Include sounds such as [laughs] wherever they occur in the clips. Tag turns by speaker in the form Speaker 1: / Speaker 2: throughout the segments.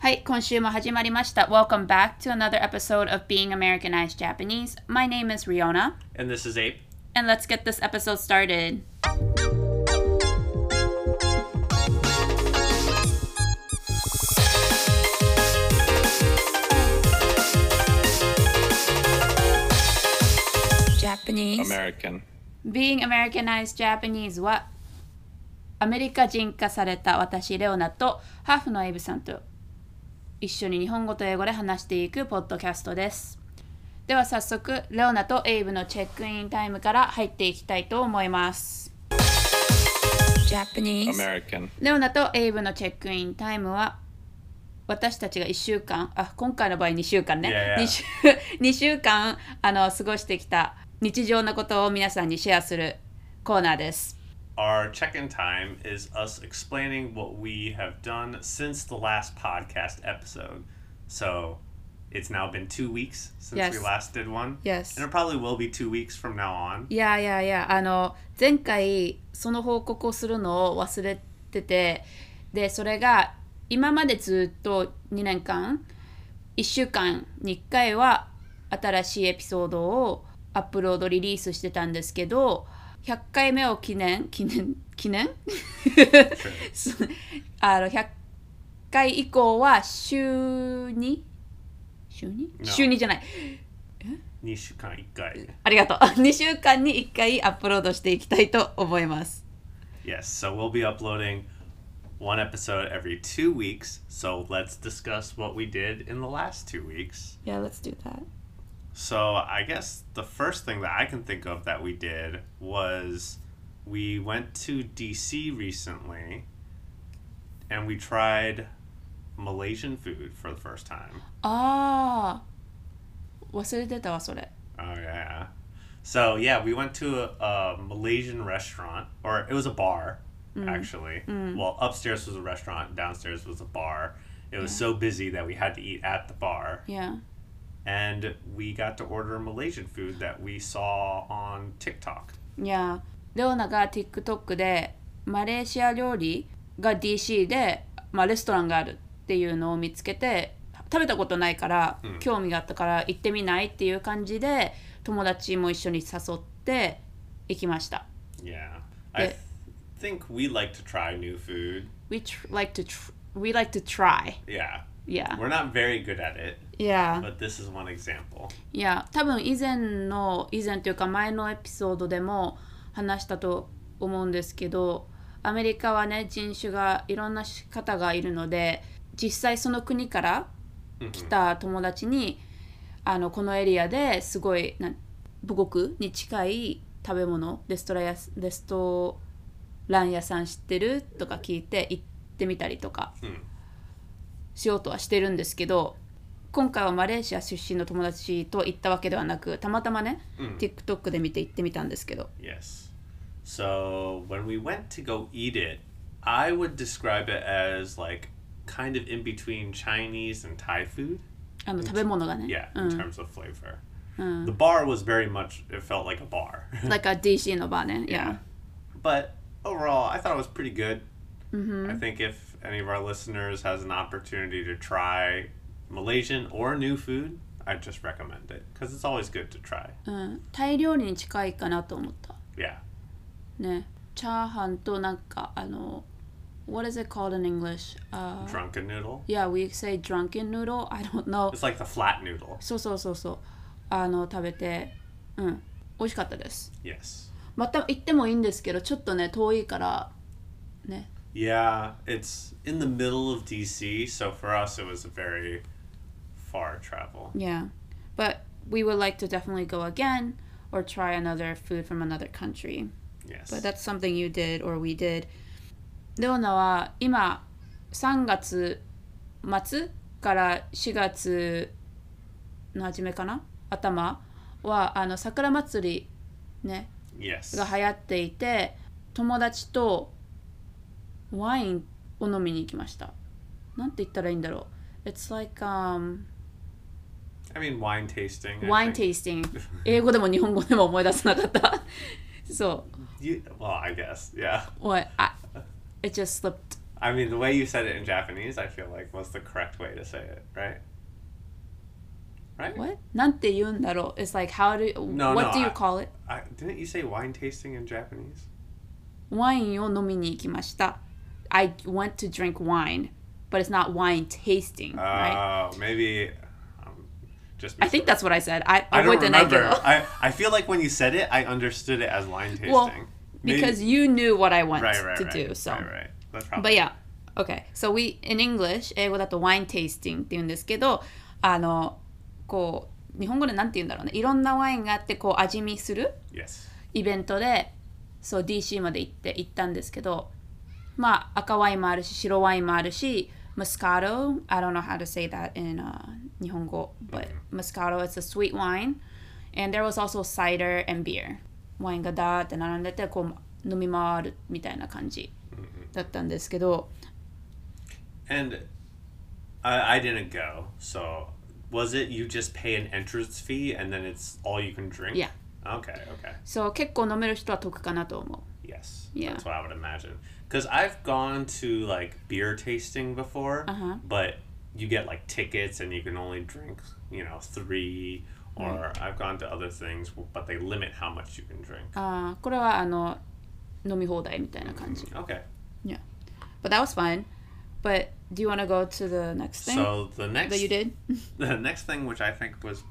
Speaker 1: はい、今週も始まりました。Welcome back to another episode of Being Americanized Japanese. My name is Riona,
Speaker 2: And this is Ape.
Speaker 1: and let's get this episode started. ジャパニーズ
Speaker 3: American.
Speaker 1: Being Americanized Japanese はアメリカ人化された私レオナとハーフのエイブさんと一緒に日本語と英語で話していくポッドキャストですでは早速レオナとエイブのチェックインタイムから入っていきたいと思います
Speaker 3: American.
Speaker 1: レオナとエイブのチェックインタイムは私たちが1週間あ今回の場合2週間ね
Speaker 2: Yeah, yeah.
Speaker 1: 2, 週 [laughs] 2週間あの過ごしてきた日常のことを皆さんにシェアするコーナーです
Speaker 2: Our check in time is us explaining what we have done since the last podcast episode. So it's now been two weeks since
Speaker 1: Yes.
Speaker 2: we last did one.
Speaker 1: Yes.
Speaker 2: And it probably will be two weeks from now on.
Speaker 1: いやいやいやあの前回その報告をするのを忘れててでそれが今までずっと2年間1週間に1回は新しいエピソードをアップロードリリースしてたんですけど100回目を記念記念記念そうあの100回以降は週 2? 週 2? 週2じゃない
Speaker 2: 2週間1回。
Speaker 1: ありがとう。2週 [laughs] 間に1回アップロードしていきたいと思います。
Speaker 2: Yes, so we'll be uploading one episode every two weeks. So let's discuss what we did in the last two weeks.
Speaker 1: Yeah, let's do that.
Speaker 2: So I guess the first thing that I can think of that we did was we went to DC recently and we tried Malaysian food for the first time.
Speaker 1: ああ、忘れてたわ、それ。
Speaker 2: Oh yeah. So yeah, we went to a, a Malaysian restaurant or it was a bar actually. Well, upstairs was a restaurant, downstairs was a bar. It was so busy that we had to eat at the bar.
Speaker 1: Yeah.
Speaker 2: and we got to order Malaysian food that we saw on TikTok.
Speaker 1: いや、レオナが TikTok でマレーシア料理が DC で、まあ、レストランがあるっていうのを見つけて、食べたことないから、興味があったから行ってみないっていう感じで、友達も一緒に誘って行きました。
Speaker 2: Yeah. I
Speaker 1: Yeah.
Speaker 2: th- think we like to try new food.
Speaker 1: We tr- like to tr- we like to try.
Speaker 2: Yeah.
Speaker 1: Yeah.
Speaker 2: We're not very good at it,
Speaker 1: Yeah.
Speaker 2: but this is one example.
Speaker 1: いや多分以前の以前というか前のエピソードでも話したと思うんですけどアメリカはね人種がいろんな方がいるので実際その国から来た友達にあのこのエリアですごいな母国に近い食べ物レストランやレストラン屋さん知ってるとか聞いて行ってみたりとか
Speaker 2: ん
Speaker 1: しようとはしてるんですけど今回はマレーシア出身の友達と行ったわけではなくたまたまね、TikTok で見て行ってみたんですけど
Speaker 2: Yes. So when we went to go eat it, I would describe it as like kind of in between Chinese and Thai food.
Speaker 1: あの食べ物がね
Speaker 2: Yeah,
Speaker 1: う
Speaker 2: in
Speaker 1: ん、
Speaker 2: terms of flavor. The bar was very much, it felt like a bar. [laughs]
Speaker 1: like a DC のバーね yeah
Speaker 2: But overall, I thought it was pretty good. I think if any of our listeners has an opportunity to try Malaysian or new food, I just recommend it because it's always good to try.
Speaker 1: うん、タイ料理に近いかなと思った
Speaker 2: Yeah.
Speaker 1: ねチャーハンとなんかあの What is it called in English? Uh,
Speaker 2: Drunken noodle.
Speaker 1: yeah, we say drunken noodle. I don't know.
Speaker 2: It's like the flat noodle.
Speaker 1: そうそうそうそう。あの食べて、うん、美味しかったです。
Speaker 2: Yes.
Speaker 1: また行ってもいいんですけど、ちょっとね遠いからね。
Speaker 2: Yeah, it's in the middle of DC, so for us it was a very far travel.
Speaker 1: Yeah, but we would like to definitely go again or try another food from another country.
Speaker 2: Yes.
Speaker 1: But that's something you did or we did. レオナは今3月末から4月の初めかな頭はあの桜祭りね
Speaker 2: yes.
Speaker 1: が流行っていて友達とワインを飲みに行きました。なんて言ったらいいんだろう It's like、um,
Speaker 2: I mean wine tasting. I
Speaker 1: ワイン
Speaker 2: think.
Speaker 1: テイスティング
Speaker 2: [laughs]
Speaker 1: 英語でも日本語でも思い出せなかった [laughs] そう
Speaker 2: You, well, I guess. Yeah.
Speaker 1: おいあ It just slipped
Speaker 2: I mean, the way you said it in Japanese, I feel like was the correct way to say it, right? Right?
Speaker 1: What? なんて言うんだろう It's like, how do,
Speaker 2: No,
Speaker 1: what
Speaker 2: no,
Speaker 1: do you
Speaker 2: I-
Speaker 1: call it?
Speaker 2: I, didn't you say wine tasting in Japanese?
Speaker 1: ワインを飲みに行きました。I went to drink wine, but it's not wine tasting,
Speaker 2: Oh,
Speaker 1: right?
Speaker 2: maybe. Um, just.
Speaker 1: I think that's what I said. I,
Speaker 2: I don't
Speaker 1: 覚えてないけど。
Speaker 2: remember. I, I feel like when you said it, I understood it as wine tasting.
Speaker 1: Well, [laughs]
Speaker 2: Maybe-
Speaker 1: because you knew what I want
Speaker 2: right, right,
Speaker 1: to
Speaker 2: right,
Speaker 1: do, so.
Speaker 2: right, right. That's probably.
Speaker 1: But yeah, okay. So we in English 英語だと wine tasting って言うんですけど、あのこう日本語でなんて言うんだろうね。いろんなワインがあってこう味見する
Speaker 2: yes.
Speaker 1: イベントで、そう DC まで行って行ったんですけど、まあ赤ワインもあるし白ワインもあるし。Moscato, I don't know how to say that in uh, 日本語 but Moscato is a sweet wine. And there was also cider and beer. ワインがダーって並んでて、こう飲み回るみたいな感じだったんですけど、
Speaker 2: And I, I didn't go. So was it you just pay an entrance fee and then it's all you can drink?
Speaker 1: Yeah.
Speaker 2: Okay. Okay.
Speaker 1: そう結構飲める人は得かなと思う。
Speaker 2: Yes.
Speaker 1: Yeah.
Speaker 2: That's what I would imagine. Because I've gone to like beer tasting before,
Speaker 1: Uh-huh.
Speaker 2: but you get like tickets and you can only drink, you know, three. Or I've gone to other things, but they limit how much you can drink.
Speaker 1: あーこれはあの飲み放題みたいな感じ。
Speaker 2: Okay.
Speaker 1: Yeah. But that was fun. But do you want to go to the next thing
Speaker 2: So the next
Speaker 1: that you did?
Speaker 2: [laughs] the next thing which I think was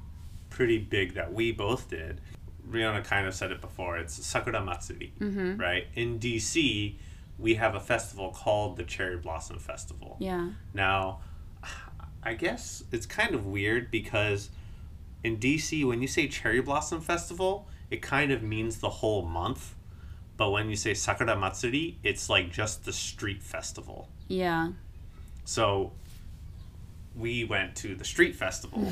Speaker 2: pretty big that we both did, Rihanna kind of said it before, it's Sakura Matsuri.
Speaker 1: Mm-hmm.
Speaker 2: Right? In DC we have a festival called the Cherry Blossom Festival.
Speaker 1: yeah.
Speaker 2: Now, I guess it's kind of weird because in DC, when you say Cherry Blossom Festival, it kind of means the whole month. But when you say Sakura Matsuri, it's like just the street festival.
Speaker 1: Yeah.
Speaker 2: So we went to the
Speaker 1: [laughs]
Speaker 2: street festival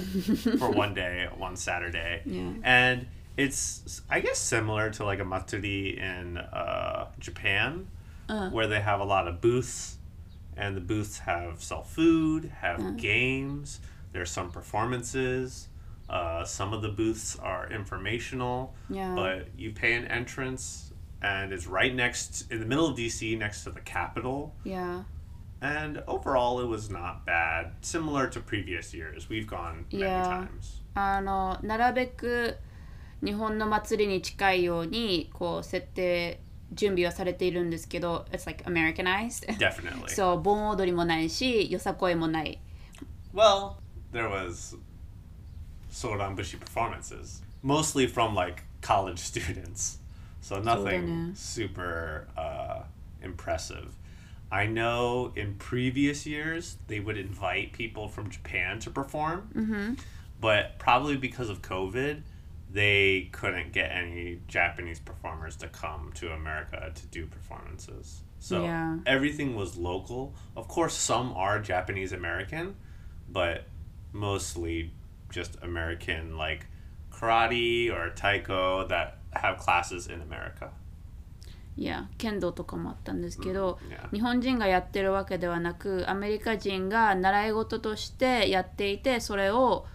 Speaker 2: for one day, one Saturday.
Speaker 1: Yeah.
Speaker 2: And it's, I guess, similar to like a matsuri in uh, Japan,
Speaker 1: Uh.
Speaker 2: where they have a lot of booths, and the booths have sell food, have
Speaker 1: Uh.
Speaker 2: games, there's some performances. Uh, some of the booths are informational,
Speaker 1: Yeah.
Speaker 2: but you pay an entrance, and it's right next in the middle of DC, next to the Capitol.
Speaker 1: Yeah.
Speaker 2: And overall, it was not bad. Similar to previous years, we've gone many
Speaker 1: Yeah.
Speaker 2: times.
Speaker 1: あのなるべく日本の祭りに近いようにこう設定準備はされているんですけど、it's like Americanized. [laughs]
Speaker 2: Definitely.
Speaker 1: そう盆踊りもないし、よさこいもない。
Speaker 2: well, there was Soranbushi performances, mostly from like college [laughs] students. So nothing
Speaker 1: Soudane.
Speaker 2: super uh, impressive. I know in previous years they would invite people from Japan to perform, but probably because of COVID, they couldn't get any Japanese performers to come to America to do performances. So
Speaker 1: Yeah.
Speaker 2: everything was local. Of course, some are Japanese American, but mostly just American, like karate or taiko that have classes in America.
Speaker 1: いや剣道とかもあったんですけど、
Speaker 2: うんいや
Speaker 1: 日本人がやってるわけではなくアメリカ人が習い事としてやっていてそれを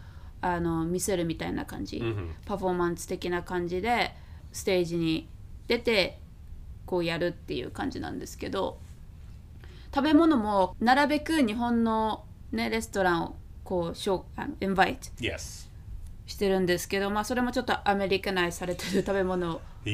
Speaker 1: あの見せるみたいな感じ、
Speaker 2: Mhm.
Speaker 1: パフォーマンス的な感じでステージに出てこうやるっていう感じなんですけど食べ物もなるべく日本の、ね、レストランをこうしょうあのインバイト
Speaker 2: Yes.
Speaker 1: してるんですけど、まあ、それもちょっとアメリカナイズされてる食べ物かなと思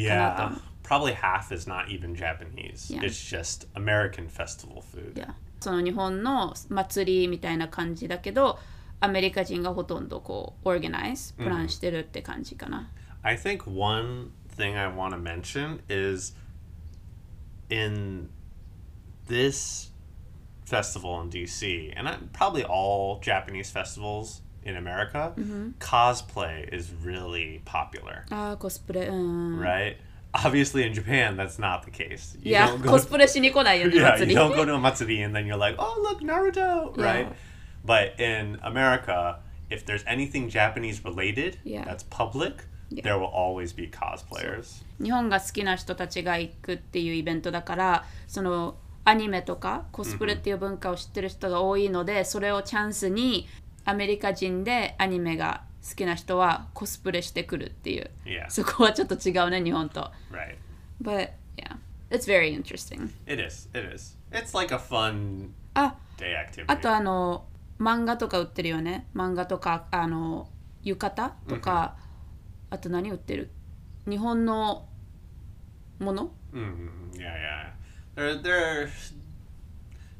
Speaker 2: Yeah.
Speaker 1: う。
Speaker 2: Probably half is not even Japanese.
Speaker 1: Yeah.
Speaker 2: It's just American festival food.
Speaker 1: いやその日本の祭りみたいな感じだけどアメリカ人がほとんどこうオーガナイズプランしてるって感じかな、
Speaker 2: I think one thing I want to mention is in this festival in DC, and I- probably all Japanese festivals in America,
Speaker 1: Mm-hmm.
Speaker 2: cosplay is really popular,
Speaker 1: ああコスプレうーん、
Speaker 2: right? Obviously, in Japan, that's not the case. You
Speaker 1: [laughs] いや
Speaker 2: don't go
Speaker 1: コスプレしに来ないよね
Speaker 2: [laughs] yeah,
Speaker 1: 祭り
Speaker 2: you don't go to a matsuri and then you're like, oh look, Naruto,
Speaker 1: Yeah.
Speaker 2: right? But in America, if there's anything Japanese related
Speaker 1: Yeah.
Speaker 2: that's public,
Speaker 1: Yeah.
Speaker 2: there will always be cosplayers.
Speaker 1: 日本が好きな人たちが行くっていうイベントだからそのアニメとかコスプレっていう文化を知ってる人が多いので、それをチャンスにアメリカ人でアニメが好きな人はコスプレしてくるっていう
Speaker 2: Yeah,
Speaker 1: そこはちょっと違うね日本と
Speaker 2: right.
Speaker 1: But yeah it's very interesting
Speaker 2: It is. It is. It's like a fun
Speaker 1: あ
Speaker 2: day activity.
Speaker 1: あとあの漫画とか売ってるよね漫画とかあの浴衣とか、あと何売ってる日本のもの
Speaker 2: Mm, yeah, yeah. They're, they're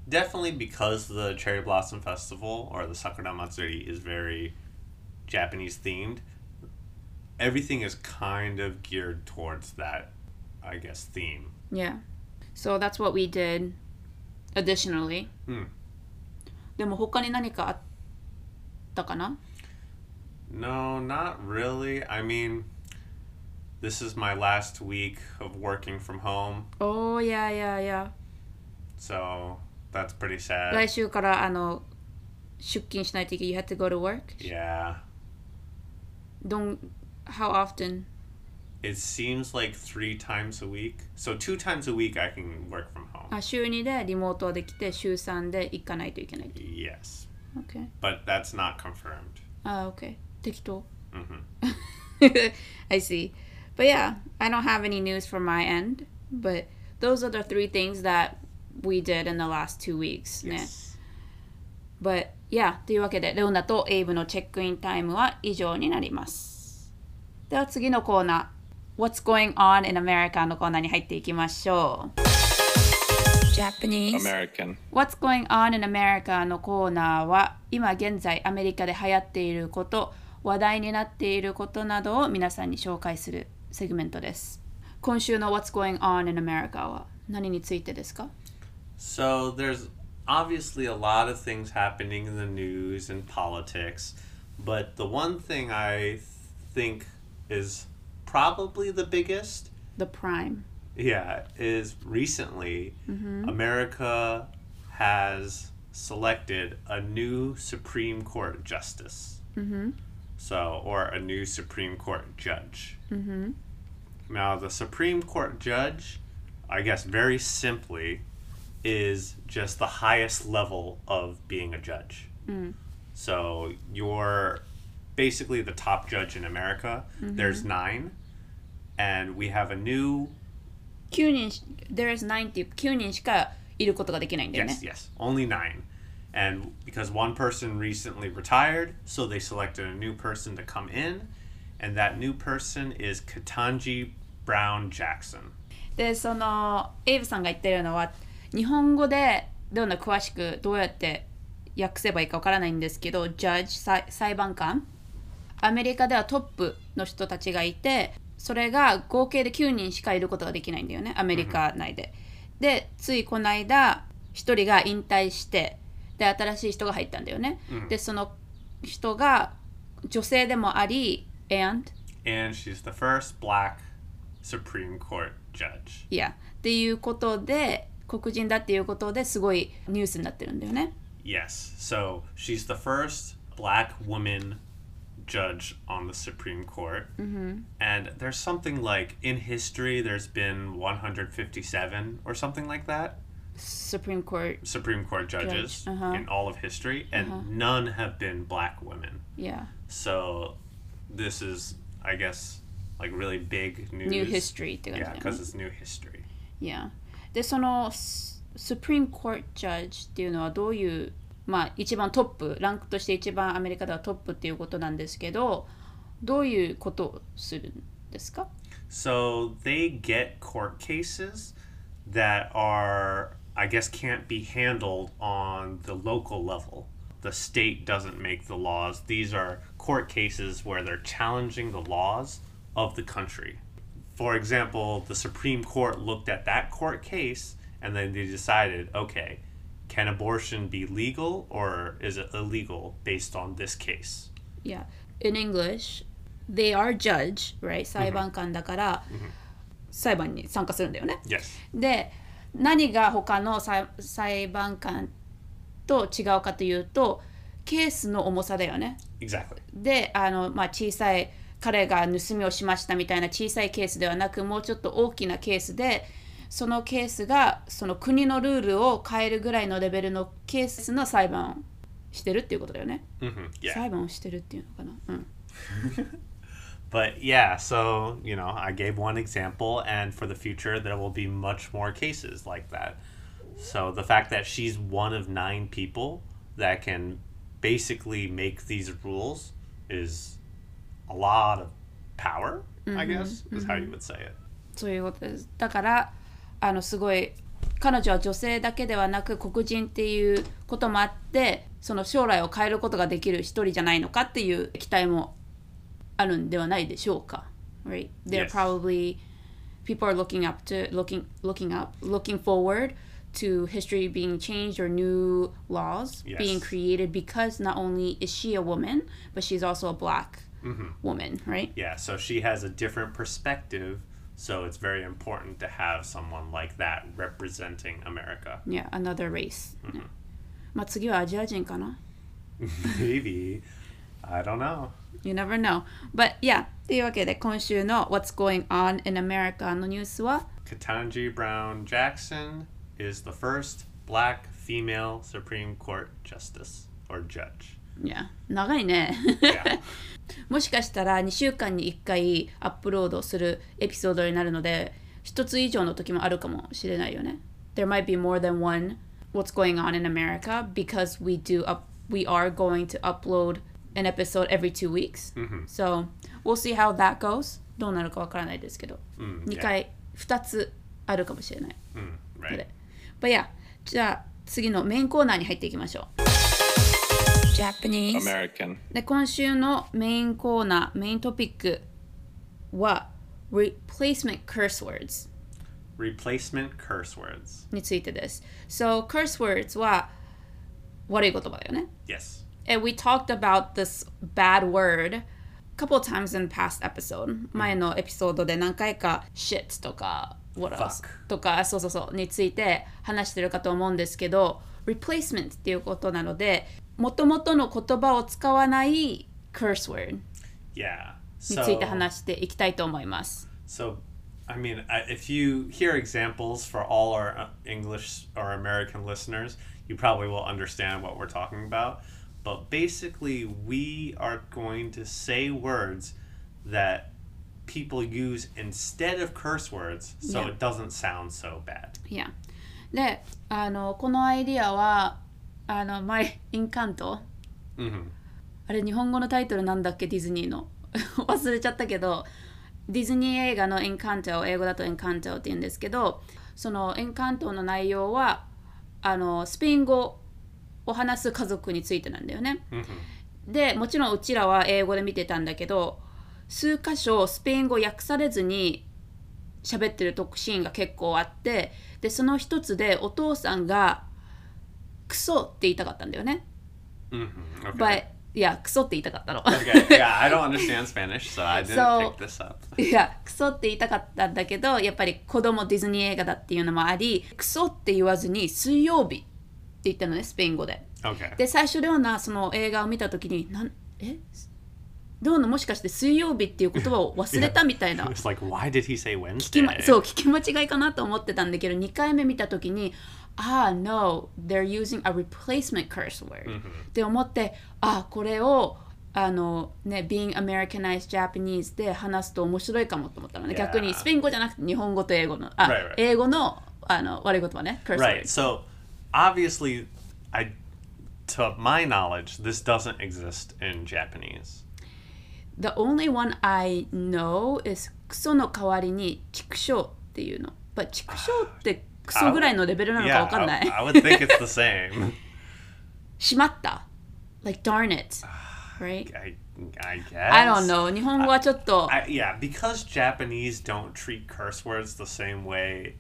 Speaker 2: definitely because the Cherry Blossom Festival or the Sakura Matsuri is very Japanese themed. Everything is kind of geared towards that, I guess, theme.
Speaker 1: Yeah. So that's what we did additionally.
Speaker 2: うん
Speaker 1: でも他に何かあったかな
Speaker 2: No, not really. I mean, this is my last week of working from home,
Speaker 1: Oh, yeah, yeah,
Speaker 2: so that's pretty
Speaker 1: yeah.
Speaker 2: sad.
Speaker 1: 来週からあの出勤しないといけない。You had to go to work?
Speaker 2: yeah.
Speaker 1: Don't, how often?
Speaker 2: It seems like three times a week. So, two times a week, I can work from home.
Speaker 1: あ週2でリモートできて、週3で行かないといけない。
Speaker 2: Yes,
Speaker 1: Okay.
Speaker 2: but that's not confirmed.
Speaker 1: あ、okay. 適当。
Speaker 2: Mhm.
Speaker 1: [laughs] I see. But yeah, I don't have any news from my end. But those are the three things that we did in the last two weeks. ね。But yeah, というわけで、レオナとエイブのチェックインタイムは以上になります。では次のコーナー、What's Going On in America のコーナーに入っていきましょう。Japanese
Speaker 3: American.
Speaker 1: What's Going On in America のコーナーは、今現在アメリカで流行っていること、話題になっていることなどを皆さんに紹介するセグメントです。今週の What's Going On in America は何についてですか
Speaker 2: So, there's obviously a lot of things happening in the news and politics, but the one thing I think is probably the biggest
Speaker 1: ?The Prime。
Speaker 2: yeah is recently america has selected a new supreme court justice mm-hmm. so or a new supreme court judge mm-hmm. now the supreme court judge i guess very simply is just the highest level of being a judge so you're basically the top judge in america there's nine and we have a new
Speaker 1: 9人し、there is 9っていう9人しかいることができないんだよね
Speaker 2: Yes,。yes. Only nine. And because one person recently retired, so they selected a new person to come in, and that new person is Katanji Brown Jackson.
Speaker 1: でそのエイブさんが言ってるのは日本語でどんな詳しくどうやって訳せばいいかわからないんですけどジャッジ裁裁判官アメリカではトップの人たちがいてそれが合計で9人しかいることができないんだよねアメリカ内で。でついこの間1人が引退してで新しい人が入ったんだよね。でその人が女性でもあり and
Speaker 2: And she's the first black Supreme Court judge.
Speaker 1: いやっていうことで黒人だっていうことですごいニュースになってるんだよね
Speaker 2: Yes. So she's the first black woman judge on the Supreme Court. Mm-hmm. And there's something like in history, there's been 157 or something like that.
Speaker 1: Supreme Court
Speaker 2: Supreme Court judges
Speaker 1: Judge, uh-huh.
Speaker 2: in all of history, and none have been black women.
Speaker 1: いや
Speaker 2: So this is, I guess, like really big news.
Speaker 1: New History って感じ
Speaker 2: Yeah,
Speaker 1: だよ
Speaker 2: because
Speaker 1: ね
Speaker 2: it's new history.
Speaker 1: いやでその S- Supreme Court Judge っていうのはどういうまあ一番トップランクとして一番アメリカではトップっていうことなんですけどどういうことをするんですか
Speaker 2: So they get court cases that are, I guess, can't be handled on the local level. The state doesn't make the laws. These are court cases where they're challenging the laws of the country. For example, the Supreme Court looked at that court case and then they decided okay, can abortion be legal or is it illegal based on this case?
Speaker 1: Yeah. In English, they are judge, right? 裁判官だから、裁判に参加するんだよね。
Speaker 2: Yes.
Speaker 1: で何が他の裁裁判官と違うかというとケースの重さだよね。
Speaker 2: Exactly.
Speaker 1: であの、まあ、小さい彼が盗みをしましたみたいな小さいケースではなくもうちょっと大きなケースでそのケースがその国のルールを変えるぐらいのレベルのケースの裁判をしてるっていうことだよね。
Speaker 2: hmm Yeah.
Speaker 1: 裁判をしてるっていうのかな。うん、
Speaker 2: But yeah, so, you know, I gave one example, and for the future, there will be much more cases like that. So the fact that she's one of nine people that can basically make these rules is a lot of power, I guess, is how you would say it.
Speaker 1: そういうことですだからあのすごい彼女は女性だけではなく黒人っていうこともあってその将来を変えることができる一人じゃないのかっていう期待もあるんではないでしょうか Right? They're
Speaker 2: Yes.
Speaker 1: probably people are looking up to looking looking up looking forward to history being changed or new laws
Speaker 2: Yes.
Speaker 1: being created because not only is she a woman but she's also a black woman, right?
Speaker 2: Yeah, so she has a different perspective, so it's very important to have someone like that representing America.
Speaker 1: Yeah, another race. ねまあ次はアジア人かな
Speaker 2: Maybe. I don't know.
Speaker 1: You never know. But yeah, というわけで今週の What's Going On in America のニュースは
Speaker 2: Katanji Brown Jackson is the first black female Supreme Court justice or judge.
Speaker 1: いや長いね
Speaker 2: Yeah.
Speaker 1: もしかしたら2週間に1回アップロードするエピソードになるので1つ以上の時もあるかもしれないよね There might be more than one What's Going On in America because we do up we are going to upload an episode every two weeks、so we'll see how that goes どうなるかわからないですけど、
Speaker 2: ん
Speaker 1: 2回2つあるかもしれない
Speaker 2: Mm,
Speaker 1: の
Speaker 2: right.
Speaker 1: で。But yeah, じゃあ次のメインコーナーに入っていきましょう。Japanese
Speaker 3: American.
Speaker 1: で今週のメインコーナー、メイントピックは Replacement Curse Words
Speaker 2: Replacement curse words.
Speaker 1: についてです。So, curse words は悪い言葉だよね。
Speaker 2: Yes.
Speaker 1: And we talked about this bad word a couple of times in past episode. 前のエピソードで何回か shit とか what else
Speaker 2: Fuck
Speaker 1: とかそうそうそうについて話してるかと思うんですけど replacement っていうことなのでもともとの言葉を使わない curse word
Speaker 2: Yeah.
Speaker 1: に
Speaker 2: So,
Speaker 1: ついて話していきたいと思います。
Speaker 2: so I mean, I- if you hear examples for all our uh, English or American listeners, you probably will understand what we're talking about. But basically, we are going to say words that people use instead of curse words so
Speaker 1: Yeah.
Speaker 2: it doesn't sound so bad.
Speaker 1: Yeah. であのこのアイディアはあの前インカント
Speaker 2: hmm
Speaker 1: あれ日本語のタイトルなんだっけディズニーの [laughs] 忘れちゃったけどディズニー映画の「エンカント」英語だと「エンカント」って言うんですけどその「エンカント」の内容はあのスペイン語を話す家族についてなんだよね。
Speaker 2: Mm-hmm.
Speaker 1: でもちろんうちらは英語で見てたんだけど数箇所スペイン語訳されずに喋ってるとこシーンが結構あってでその一つでお父さんが「クソ」って言いたかったんだよね。
Speaker 2: hmm Okay.
Speaker 1: But いやクソって言いたかったの。
Speaker 2: okay. Yeah, I don't understand Spanish, so I
Speaker 1: [laughs]
Speaker 2: didn't
Speaker 1: So-
Speaker 2: pick this up.
Speaker 1: [laughs] いやクソって言いたかったんだけどやっぱり子供ディズニー映画だっていうのもありクソって言わずに水曜日って言ったのねスペイン語で
Speaker 2: Okay.
Speaker 1: で最初レオナはその映画を見た時になんえレオナもしかして水曜日っていう言葉を忘れたみたい [laughs] な
Speaker 2: It's like, why did he say
Speaker 1: 聞
Speaker 2: Wednesday?
Speaker 1: き、ま、そう聞き間違いかなと思ってたんだけど2回目見た時にああ no they're using a replacement curse word、って思ってあこれをあのね being Americanized Japanese で話すと面白いかもと思ったのね
Speaker 2: Yeah.
Speaker 1: 逆にスペイン語じゃなくて日本語と英語のあ、
Speaker 2: Right, right.
Speaker 1: 英語のあの悪い言葉ね curse
Speaker 2: Right.
Speaker 1: words
Speaker 2: So obviously, I, to my knowledge, this doesn't exist in Japanese.
Speaker 1: The only one I know is クソの代わりに畜生っていうの But 畜生ってクソぐらいのレベルなのか
Speaker 2: Yeah,
Speaker 1: わかんない
Speaker 2: I, I would think it's the same.
Speaker 1: [laughs] しまった Like darn it Right?
Speaker 2: I, I guess.
Speaker 1: I don't know. 日本語はちょっと。
Speaker 2: I, yeah, because Japanese don't treat curse words the same way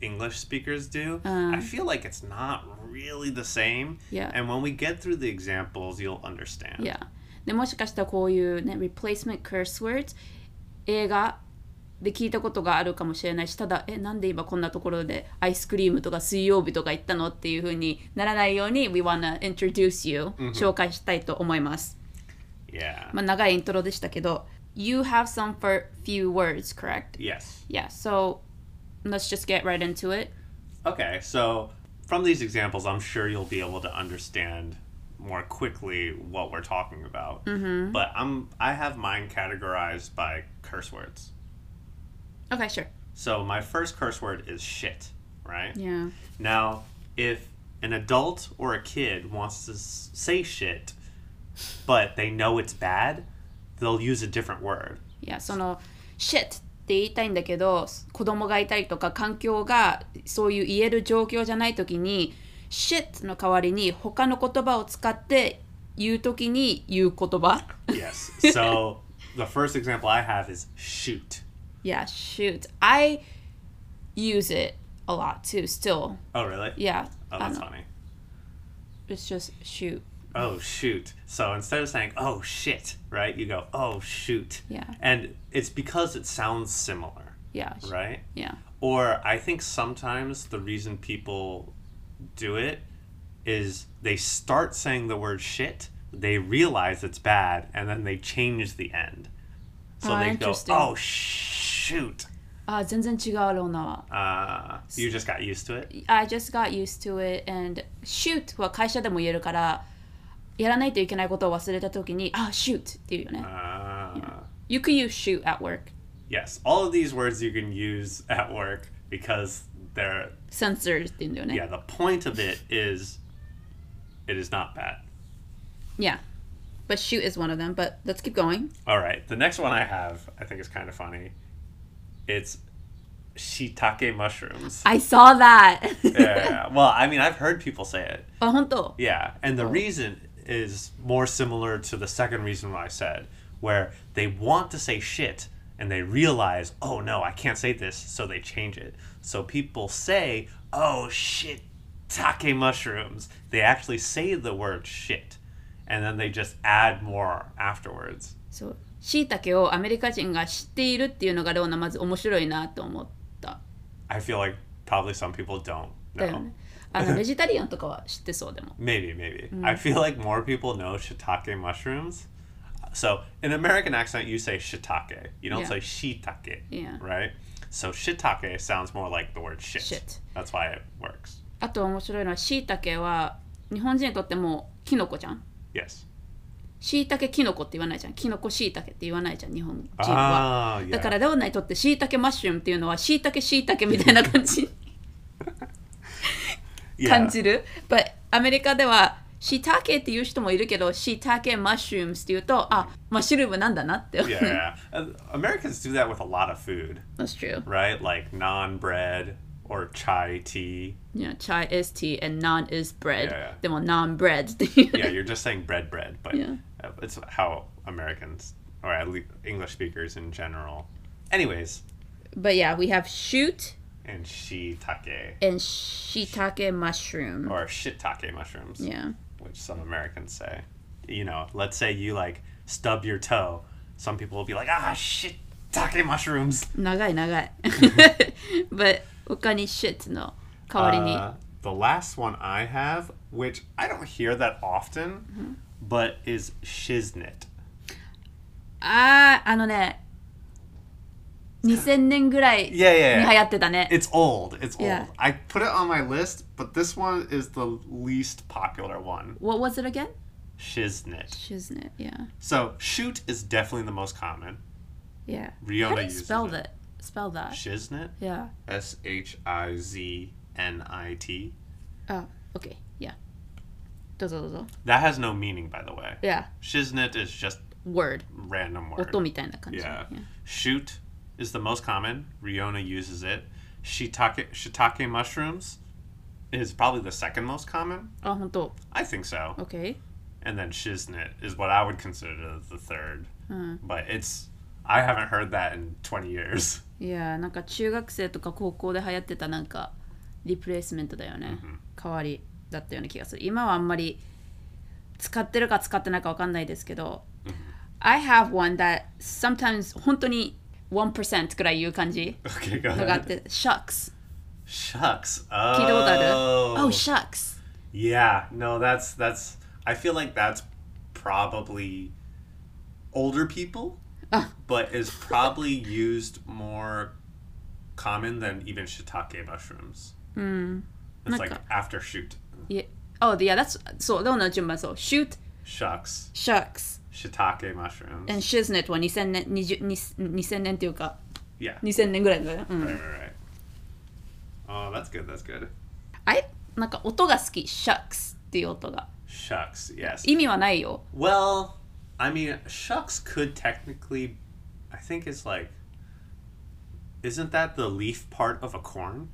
Speaker 2: English speakers do, I feel like it's not really the same.
Speaker 1: Uh. Yeah.
Speaker 2: And when we get through the examples, you'll understand.
Speaker 1: いや。でもしかしたらこういうね、replacement curse words、映画で聞いたことがあるかもしれないし、ただ、え、なんで今こんなところでアイスクリームとか水曜日とか言ったのっていうふうにならないように、we wanna introduce you、紹介したいと思います。
Speaker 2: Yeah.
Speaker 1: まあ長いイントロでしたけど、You have some for few words, correct?
Speaker 2: Yes.
Speaker 1: Yeah, so let's just get right into it.
Speaker 2: Okay, so from these examples, I'm sure you'll be able to understand more quickly what we're talking about. Mm-hmm. But I'm I have mine categorized by curse words.
Speaker 1: Okay, sure.
Speaker 2: So my first curse word is shit, right?
Speaker 1: Yeah.
Speaker 2: Now, if an adult or a kid wants to s- say shit, but they know it's bad, they'll use a different word.
Speaker 1: いやその「shit」って言いたいんだけど子供がいたりとか環境がそういう言える状況じゃない時に「shit」の代わりに他の言葉を使って言う時に言う言葉
Speaker 2: Yes. So the first example I have is shoot.
Speaker 1: [laughs] Yeah shoot I use it a lot too still
Speaker 2: Oh, really?
Speaker 1: Yeah Uh-huh.
Speaker 2: Oh,
Speaker 1: あ
Speaker 2: that's
Speaker 1: の
Speaker 2: funny.
Speaker 1: It's just shoot
Speaker 2: Oh, shoot. So instead of saying, oh, shit, right, you go, oh, shoot.
Speaker 1: Yeah.
Speaker 2: And it's because it sounds similar,
Speaker 1: Yeah
Speaker 2: right?
Speaker 1: Yeah
Speaker 2: Or I think sometimes the reason people do it is they start saying the word shit, they realize it's bad, and then they change the end. So
Speaker 1: Ah,
Speaker 2: they go,
Speaker 1: interesting.
Speaker 2: oh, shoot.
Speaker 1: あー全然違うローナは
Speaker 2: Uh, you just got used to it?
Speaker 1: I just got used to it and shoot は会社でも言えるからやらないといけないことを忘れた時にあ shoot っていうよね、
Speaker 2: Uh,
Speaker 1: You could use shoot at work.
Speaker 2: Yes. All of these words you can use at work because they're
Speaker 1: Sensors って言うんだよね。
Speaker 2: yeah the point of it is it is not bad
Speaker 1: Yeah. But shoot is one of them. But let's keep going.
Speaker 2: all right the next one i have i think is kind of funny it's shiitake mushrooms
Speaker 1: I saw that.
Speaker 2: yeah well i mean i've heard people say it
Speaker 1: [laughs] あ、本当。
Speaker 2: yeah and the reason is more similar to the second reason i said where they want to say shit and they realize oh no i can't say this so they change it so people say oh shit take mushrooms they actually say the word shit and then they just add more afterwards
Speaker 1: そう。椎茸をアメリカ人が知っているっていうのがローナまず面白いなと思った。
Speaker 2: i feel like probably some people don't
Speaker 1: だよ
Speaker 2: know
Speaker 1: ね。あのベジタリアンとかは知ってそうでも。
Speaker 2: Maybe, maybe.
Speaker 1: Mm.
Speaker 2: I feel like more people know shiitake mushrooms. So, in American accent, you say shiitake. You don't
Speaker 1: Yeah.
Speaker 2: say shiitake,
Speaker 1: Yeah.
Speaker 2: right? So, shiitake sounds more like the word shit.
Speaker 1: Shit.
Speaker 2: That's why it works.
Speaker 1: あと面白いのは椎茸は日本人にとってもキノコじゃん。
Speaker 2: Yes.
Speaker 1: 椎茸キノコって言わないじゃん。キノコ椎茸って言わないじゃん。日本人は。
Speaker 2: Ah,
Speaker 1: だか
Speaker 2: yeah.
Speaker 1: らローナにとって椎茸マッシュルームっていうのは椎茸椎茸みたいな感
Speaker 2: [laughs]
Speaker 1: じ。感
Speaker 2: yeah.
Speaker 1: じる。But アメリカでは、シイタケっていう人もいるけど、シイタケマッシュームスっていうと、あ、マッシュルームなんだなって。
Speaker 2: Yeah, yeah. [laughs] Uh, Americans do that with a lot of food,
Speaker 1: [laughs] That's true.
Speaker 2: right? Like non bread or chai tea.
Speaker 1: You know, chai is tea and naan is bread.
Speaker 2: Yeah.
Speaker 1: でも naan bread っていう。
Speaker 2: Yeah, you're just saying bread, bread, but
Speaker 1: Yeah.
Speaker 2: uh, it's how Americans, or at least English speakers in general. Anyways,
Speaker 1: But yeah, we have shoot
Speaker 2: and shiitake
Speaker 1: and シイタケマッシュルーム。
Speaker 2: or shiitake mushrooms,
Speaker 1: Yeah.
Speaker 2: which some Americans say. You know, let's say you like stub your toe. Some people will be like, ah, shiitake mushrooms.
Speaker 1: 長い長い。But 他に shit の代わりに。
Speaker 2: Uh, the last one I have, which I don't hear that often,
Speaker 1: Mm-hmm.
Speaker 2: but is shiznit.
Speaker 1: あー、あのね、2000年ぐらいに流
Speaker 2: Yeah, yeah, yeah.
Speaker 1: 行ってたね。
Speaker 2: It's old. It's old.
Speaker 1: Yeah.
Speaker 2: I put it on my list, but this one is the least popular one.
Speaker 1: What was it again?
Speaker 2: Shiznit.
Speaker 1: Shiznit, yeah.
Speaker 2: So shoot is definitely the most common.
Speaker 1: Yeah. How
Speaker 2: Rihanna
Speaker 1: do you
Speaker 2: uses
Speaker 1: spell
Speaker 2: it.
Speaker 1: that? Spell that.
Speaker 2: Shiznit.
Speaker 1: Yeah.
Speaker 2: S H I Z N I T.
Speaker 1: Oh, okay. Yeah. どうぞどうぞ。
Speaker 2: That has no meaning, by the way.
Speaker 1: Yeah.
Speaker 2: Shiznit is just
Speaker 1: Word.
Speaker 2: random word.
Speaker 1: 音みたいな感じ。
Speaker 2: Yeah. Shoot is the most common. Riona uses it. Shiitake, shiitake mushrooms is probably the second most common.
Speaker 1: あ、本当。
Speaker 2: I think so.
Speaker 1: Okay.
Speaker 2: And then shiznit is what I would consider the third.
Speaker 1: うん。
Speaker 2: But it's, I haven't heard that in 20 years. [laughs]
Speaker 1: いや、なんか中学生とか高校で流行ってたなんかリプレイスメントだよね。代わりだったような気がする。今はあんまり使ってるか使ってないかわかんないですけど。I have one that sometimes 本当に1%くらい言う感じ
Speaker 2: Okay, go
Speaker 1: のがあ
Speaker 2: ahead.
Speaker 1: って、shucks。
Speaker 2: Shucks.
Speaker 1: 聞いたことある
Speaker 2: Oh,
Speaker 1: ?Oh, shucks.
Speaker 2: Yeah, no, that's that's. I feel like that's probably older people,
Speaker 1: Ah.
Speaker 2: but is probably used more common than even shiitake mushrooms. Mm. It's like
Speaker 1: Hmm. Like
Speaker 2: after shoot,
Speaker 1: Yeah. Oh, yeah, that's そう、どうな順番そう。shoot,
Speaker 2: shucks,
Speaker 1: shucks,
Speaker 2: shiitake mushrooms.
Speaker 1: and shiznit は2000年、20 2000年っていうか、
Speaker 2: yeah, right,
Speaker 1: 2000年ぐらいだよね。うん
Speaker 2: right, right. Oh, that's good. That's good.
Speaker 1: I なんか音が好き shucks っていう音が
Speaker 2: Shucks, yes.
Speaker 1: 意味はないよ
Speaker 2: Well, I mean, shucks could technically, I think it's like, isn't that the leaf part of a corn?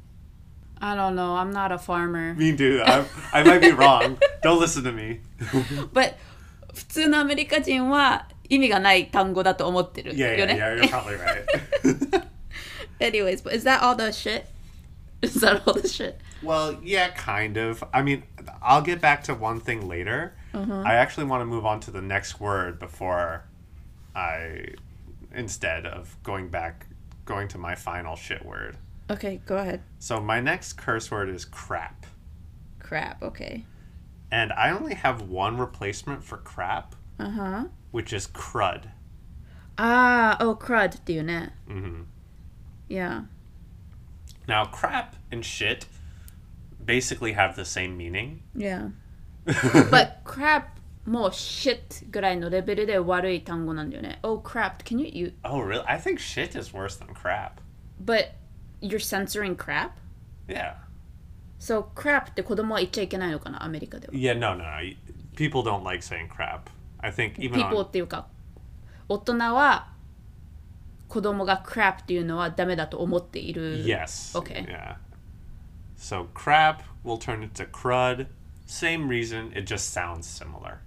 Speaker 1: I don't know I'm not a farmer
Speaker 2: Me too. I, I might be wrong. Don't listen to me. [laughs]
Speaker 1: but 普通のアメリカ人は意味がない単語だと思ってる
Speaker 2: Yeah,
Speaker 1: よ
Speaker 2: yeah,
Speaker 1: ね
Speaker 2: yeah. You're probably right.
Speaker 1: [laughs] Anyways, but is that all the shit? [laughs] Is that all the shit?
Speaker 2: well, yeah, kind of. I mean, I'll get back to one thing later. I actually want to move on to the next word before I, instead of going back, going to my final shit word.
Speaker 1: Okay, go ahead.
Speaker 2: So my next curse word is crap.
Speaker 1: Crap, okay.
Speaker 2: And I only have one replacement for crap,
Speaker 1: Uh huh.
Speaker 2: which is crud.
Speaker 1: Ah, oh, crud っていうね。
Speaker 2: Mhm.
Speaker 1: Yeah.
Speaker 2: Now, crap and shit basically have the same meaning. [laughs]
Speaker 1: Yeah. But crap もう shit ぐらいのレベルで悪い単語なんだよね。Oh, crap. Can you, you,
Speaker 2: oh, really? I think shit is worse than crap.
Speaker 1: but you're censoring crap?
Speaker 2: Yeah.
Speaker 1: So crap って子供は言っちゃいけないのかな、アメリカでは。
Speaker 2: Yeah, no, no. no. People don't like saying crap. I think even
Speaker 1: people
Speaker 2: on,
Speaker 1: っていうか、大人は子供が crap っていうのはダメだと思っている。
Speaker 2: yes.
Speaker 1: Okay.
Speaker 2: Yeah. So crap will turn into crud. Same reason, it just sounds similar.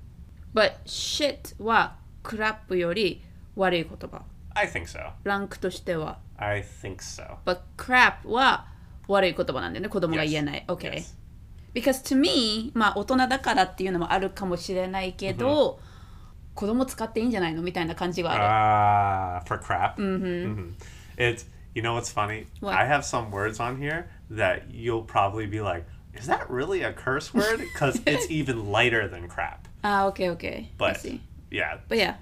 Speaker 1: But shit はクラップより悪い言葉。
Speaker 2: I think so.
Speaker 1: ランクとしては。
Speaker 2: I think so.
Speaker 1: But crap は悪い言葉なんだよね。子供が言えない。Okay.
Speaker 2: Yes.
Speaker 1: Because to me, まあ大人だからっていうのもあるかもしれないけど、子供使っていいんじゃないのみたいな感じがある。
Speaker 2: Ah, for crap. Mm-hmm. It's you know what's funny?
Speaker 1: What?
Speaker 2: I have some words on here that you'll probably be like, "Is that really a curse word?"
Speaker 1: [laughs]
Speaker 2: Because it's even lighter than crap.
Speaker 1: ああ、OK, OK. I
Speaker 2: But
Speaker 1: see.
Speaker 2: yeah,
Speaker 1: But yeah.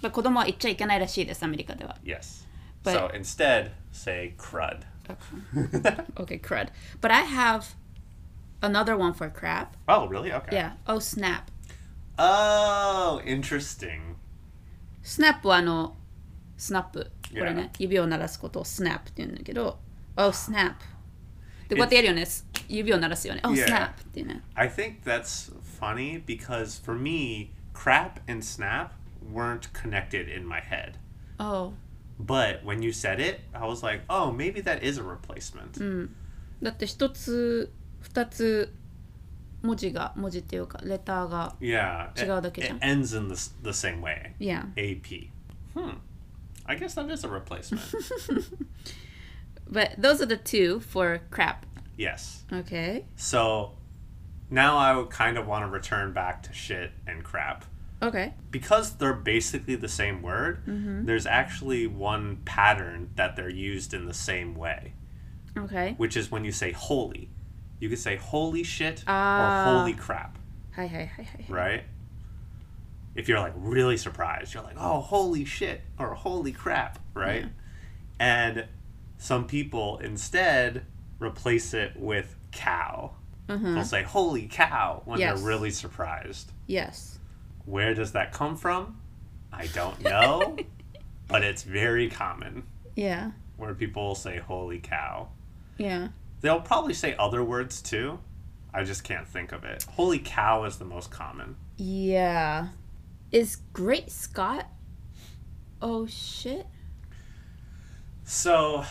Speaker 1: But 子供は言っちゃいけないらしいです、アメリカでは。
Speaker 2: yes.
Speaker 1: But-
Speaker 2: so instead, say
Speaker 1: [laughs]
Speaker 2: crud.
Speaker 1: Okay, crud. But I have another one for crap.
Speaker 2: oh, really? Okay.
Speaker 1: Yeah. Oh, snap.
Speaker 2: Oh, interesting.
Speaker 1: スナップはあの、スナップ。こ
Speaker 2: Yeah.
Speaker 1: れね、指を鳴らすことをスナップって言うんだけど、Oh,
Speaker 2: [sighs]
Speaker 1: snap. で、こうやってやるよね。す指を鳴らすよね。Oh,
Speaker 2: Yeah.
Speaker 1: snap っていうね。
Speaker 2: I think that's funny because for me, crap and snap weren't connected in my head.
Speaker 1: Oh.
Speaker 2: But when you said it, I was like, "Oh, maybe that is a replacement."
Speaker 1: だって一つ、二つ文字が、文字っていうか、レターが、
Speaker 2: Yeah. It,
Speaker 1: 違うだけじゃん。
Speaker 2: it ends in the, s- the same way.
Speaker 1: Yeah.
Speaker 2: AP. Hmm. I guess that is a replacement.
Speaker 1: But those are the two for crap.
Speaker 2: yes.
Speaker 1: Okay.
Speaker 2: So now I would kind of want to return back to shit and crap.
Speaker 1: Okay.
Speaker 2: Because they're basically the same word, there's actually one pattern that they're used in the same way,
Speaker 1: Okay.
Speaker 2: which is when you say holy. You could say holy shit or
Speaker 1: Ah.
Speaker 2: holy crap,
Speaker 1: はいはいはいはい。
Speaker 2: right? If you're like really surprised, you're like, oh, holy shit or holy crap, right? And some people instead replace it with cow. They'll say, holy cow, when
Speaker 1: Mm-hmm. Yes.
Speaker 2: they're really surprised.
Speaker 1: Yes.
Speaker 2: Where does that come from? I don't know, but it's very common
Speaker 1: Yeah.
Speaker 2: where people say, holy cow.
Speaker 1: Yeah.
Speaker 2: They'll probably say other words too. I just can't think of it. Holy cow is the most common.
Speaker 1: Yeah. Is Great Scott? Oh shit.
Speaker 2: So,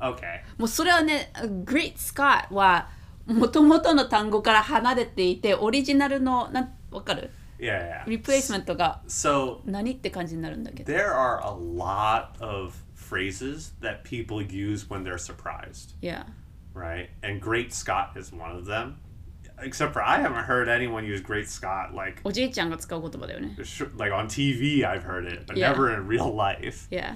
Speaker 2: okay.
Speaker 1: もうそれはね、Great Scott はもともとの単語から離れていて、オリジナルの、なんわかる
Speaker 2: Yeah, yeah.
Speaker 1: リプレイスメントが
Speaker 2: So,
Speaker 1: 何って感じになるんだけど。
Speaker 2: There are a lot of phrases that people use when they're surprised,
Speaker 1: Yeah.
Speaker 2: right? And Great Scott is one of them. Except for I haven't heard anyone use Great Scott like
Speaker 1: おじいちゃんが使う言葉だよね。
Speaker 2: sh- like on TV. I've heard it, but
Speaker 1: Yeah.
Speaker 2: never in real life.
Speaker 1: Yeah.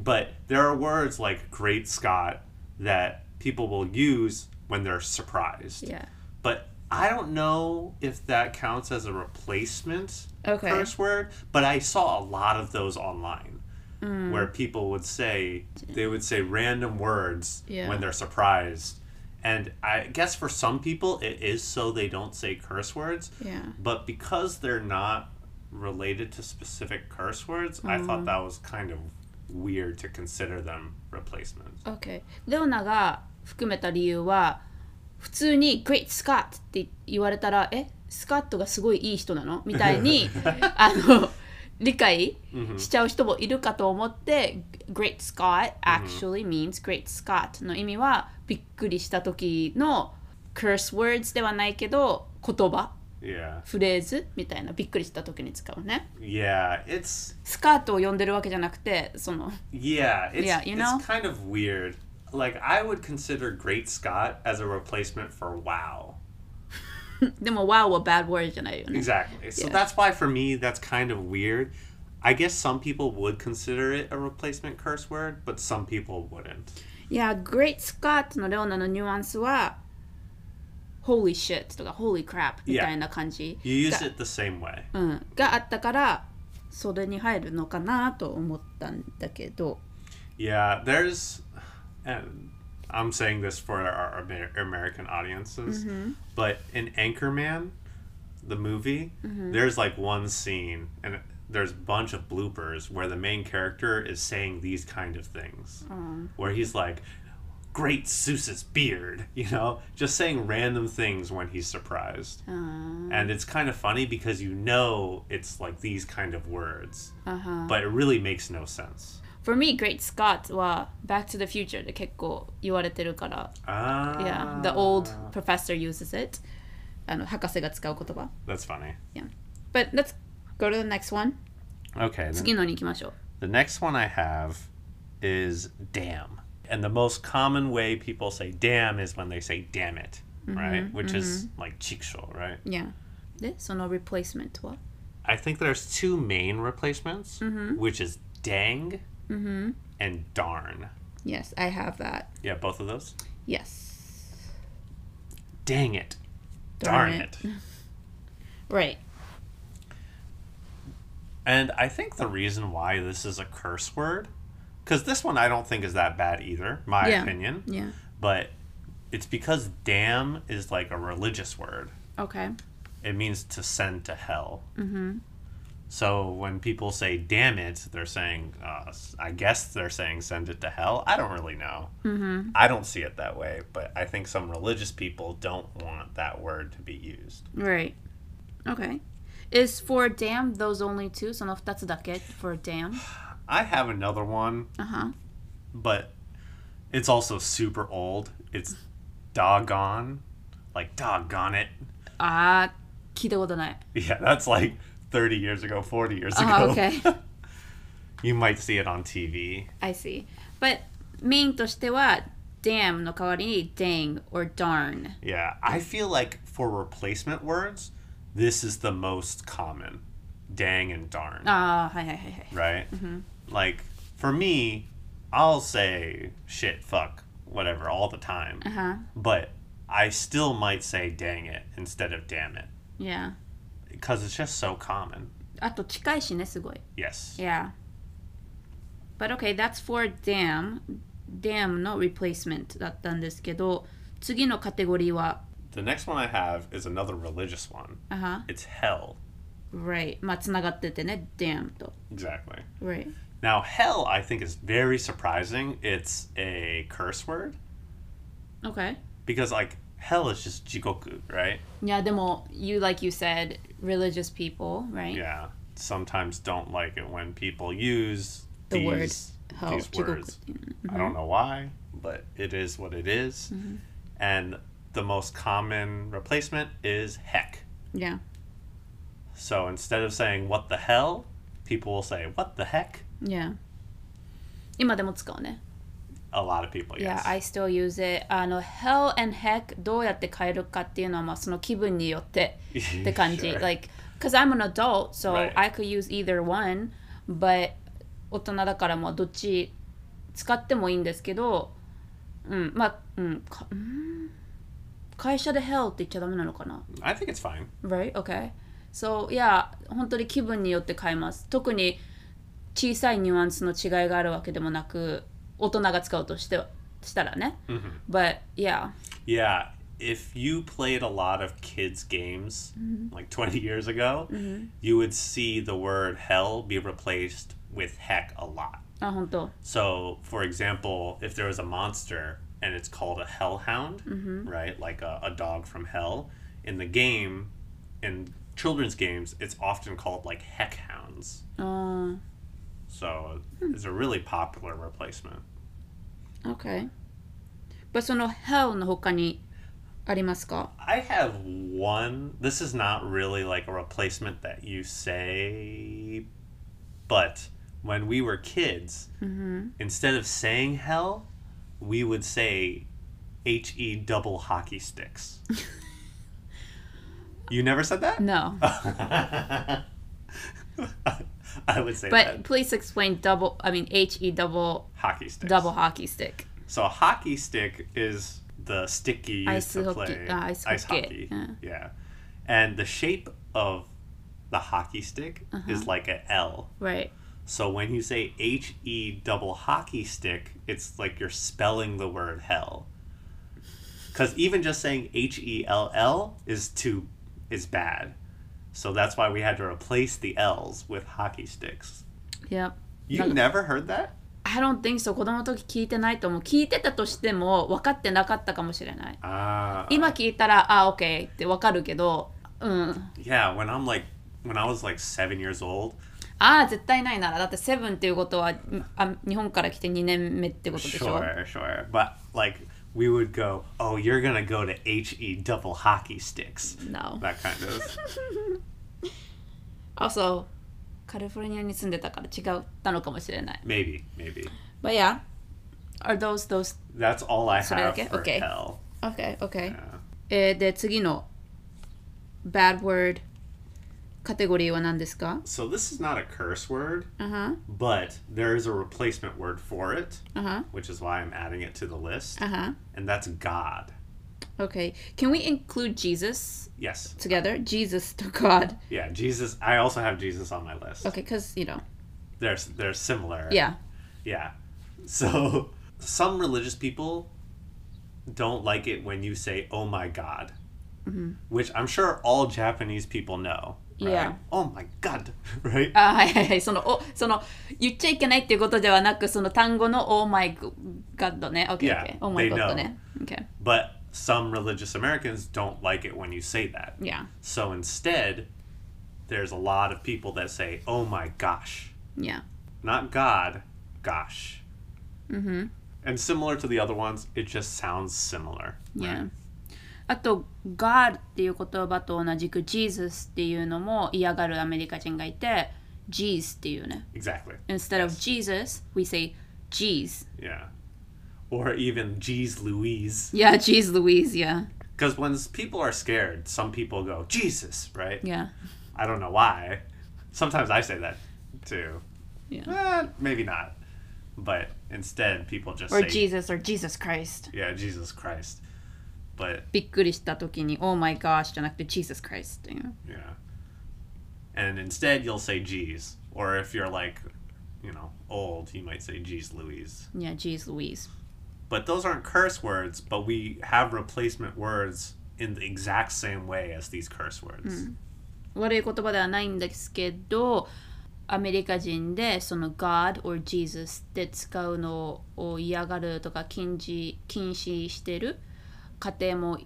Speaker 2: But there are words like Great Scott that people will use when they're surprised.
Speaker 1: Yeah.
Speaker 2: But I don't know if that counts as a replacement
Speaker 1: Okay.
Speaker 2: curse word, but I saw a lot of those online
Speaker 1: Mm.
Speaker 2: where people would say they would say random words
Speaker 1: Yeah.
Speaker 2: when they're surprised. And I guess for some people it is so they don't say curse words,
Speaker 1: Yeah.
Speaker 2: but because they're not related to specific curse words,
Speaker 1: Mm.
Speaker 2: I thought that was kind of weird to consider them replacements.
Speaker 1: Okay. レオナが含めた理由は、普通に「Great Scott」って言われたら「えスカットがすごいいい人なの?」みたい [laughs] にあの理解しちゃう人もいるかと思って「Great Scott actually means Great Scott」の意味はびっくりした時の curse words ではないけど言葉
Speaker 2: Yeah.
Speaker 1: フレーズみたいなびっくりした時に使うね
Speaker 2: Yeah. It's
Speaker 1: スカートを呼んでるわけじゃなくてその
Speaker 2: yeah. It's
Speaker 1: Yeah, you know?
Speaker 2: it's kind of weird. Like I would consider Great Scott as a replacement for Wow.
Speaker 1: でも「wow」は bad word じゃないよね
Speaker 2: Exactly. So
Speaker 1: Yeah.
Speaker 2: that's why for me that's kind of weird. I guess some people would consider it a replacement curse word, but some people wouldn't.
Speaker 1: いや、Great Scott のレオナのニュアンスは、Holy shit とか Holy crap みたいな感じ
Speaker 2: You use
Speaker 1: が
Speaker 2: it the same way.
Speaker 1: うん、があったから、それに入るのかなと思ったんだけど、
Speaker 2: Yeah, there's, and I'm saying this for our Amer- American audiences,
Speaker 1: Mm-hmm.
Speaker 2: but in Anchorman, the movie,
Speaker 1: Mm-hmm.
Speaker 2: there's like one scene, and there's a bunch of bloopers where the main character is saying these kind of things,
Speaker 1: Oh,
Speaker 2: where he's like, "Great Seuss's beard," [laughs] you know, just saying random things when he's surprised,
Speaker 1: あー
Speaker 2: and it's kind of funny because you know it's like these kind of words,
Speaker 1: あは
Speaker 2: but it really makes no sense.
Speaker 1: For me, Great Scott は Back to the Future で結構言われてるから、
Speaker 2: Ah,
Speaker 1: Yeah, the old professor uses it. あの、博士が使う言葉。
Speaker 2: That's funny.
Speaker 1: But let's go to the next one.
Speaker 2: Okay. Then
Speaker 1: 次のに行きましょう。
Speaker 2: the next one I have is damn. And the most common way people say damn is when they say damn it, right? Which is like chiksho, right?
Speaker 1: Yeah. で、その replacement は
Speaker 2: I think there's two main replacements, which is dang Mm-hmm. and darn.
Speaker 1: Yes, I have that.
Speaker 2: Yeah, both of those.
Speaker 1: Yes.
Speaker 2: Dang it.
Speaker 1: Darn
Speaker 2: Darn,
Speaker 1: it.
Speaker 2: it.
Speaker 1: Right.
Speaker 2: And I think the reason why this is a curse word, because this one I don't think is that bad either, my
Speaker 1: Yeah.
Speaker 2: opinion.
Speaker 1: Yeah.
Speaker 2: but it's because damn is like a religious word.
Speaker 1: Okay.
Speaker 2: It means to send to hell. Mm-hmm. So when people say damn it, they're saying, uh, s- I guess they're saying send it to hell. I don't really know. Mm-hmm. I don't see it that way, but I think some religious people don't want that word to be used.
Speaker 1: Right. Okay. Is for damn those only two? その二つだけ for damn?
Speaker 2: I have another one,
Speaker 1: あは。
Speaker 2: but it's also super old. It's doggone. Like, doggone it. [laughs]
Speaker 1: あー、聞いたことない。
Speaker 2: Yeah, that's like 30 years ago, 40 years ago.
Speaker 1: あー、okay.
Speaker 2: [laughs] You might see it on TV.
Speaker 1: I see. But メインとしては damn の代わりに dang or darn.
Speaker 2: Yeah, I feel like for replacement words, this is the most common. Dang and darn,
Speaker 1: あー、はいはいはいはい。
Speaker 2: right? Like for me, I'll say shit, fuck, whatever all the time.
Speaker 1: あは。
Speaker 2: But I still might say dang it instead of damn it
Speaker 1: Yeah.
Speaker 2: because it's just so common.
Speaker 1: あと近いしね、すごい。
Speaker 2: Yes.
Speaker 1: Yeah. But okay, that's for damn. damn の replacement だったんですけど、次のカテゴリーは、
Speaker 2: The next one I have is another religious one.
Speaker 1: あは。
Speaker 2: It's hell.
Speaker 1: Right. まあ、つながっててね、damn と。
Speaker 2: Exactly.
Speaker 1: Right.
Speaker 2: Now, hell, I think, is very surprising. It's a curse word.
Speaker 1: Okay.
Speaker 2: because like hell is just jikoku, right?
Speaker 1: Yeah, でも、you, like you said, religious people, right?
Speaker 2: Yeah. Sometimes don't like it when people use
Speaker 1: The
Speaker 2: these,
Speaker 1: word hell,
Speaker 2: these
Speaker 1: jigoku. Mm-hmm.
Speaker 2: words. I don't know why, but it is what it is. And the most common replacement is heck.
Speaker 1: Yeah.
Speaker 2: So instead of saying what the hell, people will say what the heck.
Speaker 1: Yeah. 今でも使うね。
Speaker 2: A lot of people,
Speaker 1: Yeah,
Speaker 2: yes.
Speaker 1: I still use it. あの、hell and heck どうやって変えるかっていうのは、まあ、その気分によって
Speaker 2: [laughs]
Speaker 1: って感じ。
Speaker 2: Sure.
Speaker 1: Like, because I'm an adult, so
Speaker 2: Right.
Speaker 1: I could use either one, but 大人だからまあどっち使ってもいいんですけど、うん、まあ、うん、かうん会社で hell って言っちゃダメなのかな
Speaker 2: I think it's fine.
Speaker 1: Right, okay. So, yeah, 本当に気分によって変えます。特に小さいニュアンスの違いがあるわけでもなく、大人が使うとしてはしたらね。But, yeah.
Speaker 2: Yeah, if you played a lot of kids' games like 20 years ago, you would see the word hell be replaced with heck a lot.
Speaker 1: あ、本当。
Speaker 2: So, for example, if there was a monster, and it's called a hellhound, right? Like a, a dog from hell. In the game, in children's games, it's often called like heck hounds.
Speaker 1: Oh,
Speaker 2: So it's a really popular replacement.
Speaker 1: okay. まあその hell の他にありますか
Speaker 2: I have one. This is not really like a replacement that you say, but when we were kids, instead of saying hell, we would say H E double
Speaker 1: [laughs]
Speaker 2: hockey sticks. you never said that?
Speaker 1: No.
Speaker 2: [laughs] I would say
Speaker 1: But
Speaker 2: that.
Speaker 1: please explain double, I mean, HE double,
Speaker 2: Hockey sticks.
Speaker 1: double hockey stick.
Speaker 2: So a hockey stick is the stick you use
Speaker 1: Ice
Speaker 2: to
Speaker 1: hockey-
Speaker 2: play
Speaker 1: uh, ice hockey, yeah.
Speaker 2: Yeah, and the shape of the hockey stick
Speaker 1: Uh-huh.
Speaker 2: is like an L.
Speaker 1: Right.
Speaker 2: So when you say H E double hockey stick, it's like you're spelling the word hell. Because even just saying H E L L is too is bad. So that's why we had to replace the L's with hockey sticks.
Speaker 1: Yep.
Speaker 2: You
Speaker 1: Like-
Speaker 2: never heard that?
Speaker 1: I don't think so. 子供の時聞いてないと思う。聞いてたとしても分かってなかったかもしれない。
Speaker 2: Ah.
Speaker 1: 今聞いたら、あ、OK って分かるけど、うん。
Speaker 2: Yeah, when I'm like when I was like seven years old,
Speaker 1: ああ、絶対ないなら。だってセブンっていうことは、んあ日本から来て2年目ってことでしょ。
Speaker 2: sure, sure. But like we would go, Oh, you're gonna go to H E double hockey sticks.
Speaker 1: No.
Speaker 2: That kind
Speaker 1: [laughs]
Speaker 2: of
Speaker 1: Also, カリフォルニアに住んでたから違ったのかもしれない。
Speaker 2: maybe, maybe.
Speaker 1: But yeah, are those those?
Speaker 2: That's all I
Speaker 1: So
Speaker 2: have
Speaker 1: okay,
Speaker 2: for
Speaker 1: okay.
Speaker 2: hell.
Speaker 1: Okay, okay.
Speaker 2: Yeah.
Speaker 1: えーで、次の bad word カテゴリーは何ですか
Speaker 2: So this is not a curse word,
Speaker 1: うんはん、
Speaker 2: but there is a replacement word for it,
Speaker 1: うんはん、
Speaker 2: which is why I'm adding it to the list,
Speaker 1: うんはん。
Speaker 2: and that's God.
Speaker 1: Okay. Can we include Jesus
Speaker 2: Yes.
Speaker 1: together? Jesus to God.
Speaker 2: Yeah, Jesus. I also have Jesus on my list.
Speaker 1: Okay, because, you know.
Speaker 2: They're they're similar.
Speaker 1: Yeah.
Speaker 2: Yeah. So some religious people don't like it when you say "Oh my God," which I'm sure all Japanese people know. right?
Speaker 1: Yeah.
Speaker 2: Oh my God, [laughs] right?
Speaker 1: あはいはいはい。その、お、その、言っちゃいけないっていうことではなく、その単語の Oh my God ね。Okay,
Speaker 2: Yeah,
Speaker 1: okay. Oh my
Speaker 2: they
Speaker 1: God
Speaker 2: know.
Speaker 1: ね。Okay.
Speaker 2: But some religious Americans don't like it when you say that.
Speaker 1: Yeah.
Speaker 2: So instead, there's a lot of people that say "Oh my gosh,"
Speaker 1: Yeah.
Speaker 2: not God, gosh. Mm-hmm. And similar to the other ones, it just sounds similar.
Speaker 1: Yeah. あと、God っていう言葉と同じく Jesus っていうのも嫌がるアメリカ人がいて、Jeez っていうね。
Speaker 2: Exactly.
Speaker 1: Instead of Jesus, we say Jeez.
Speaker 2: Yeah. Or even geez Louise.
Speaker 1: Yeah, Jeez Louise, yeah.
Speaker 2: Because when s- people are scared, some people go, Jesus, right?
Speaker 1: Yeah.
Speaker 2: I don't know why. Sometimes I say that too.
Speaker 1: Yeah.
Speaker 2: Eh, maybe not. But instead, people just
Speaker 1: Or
Speaker 2: say,
Speaker 1: Jesus or Jesus Christ.
Speaker 2: yeah, Jesus Christ. But
Speaker 1: びっくりした時に「Oh my gosh」じゃなくて「Jesus Christ」っていう。
Speaker 2: yeah. And instead, you'll say, geez. Or if you're like, you know, old, you might say, geez Louise.
Speaker 1: Yeah, jeez Louise.
Speaker 2: But those aren't curse words, but we have replacement words in the exact same way as these curse
Speaker 1: Hmm.
Speaker 2: words.
Speaker 1: 悪い言葉ではないんですけどアメリカ人でその「God」or「Jesus」って使うのを嫌がるとか禁止禁止してる家庭も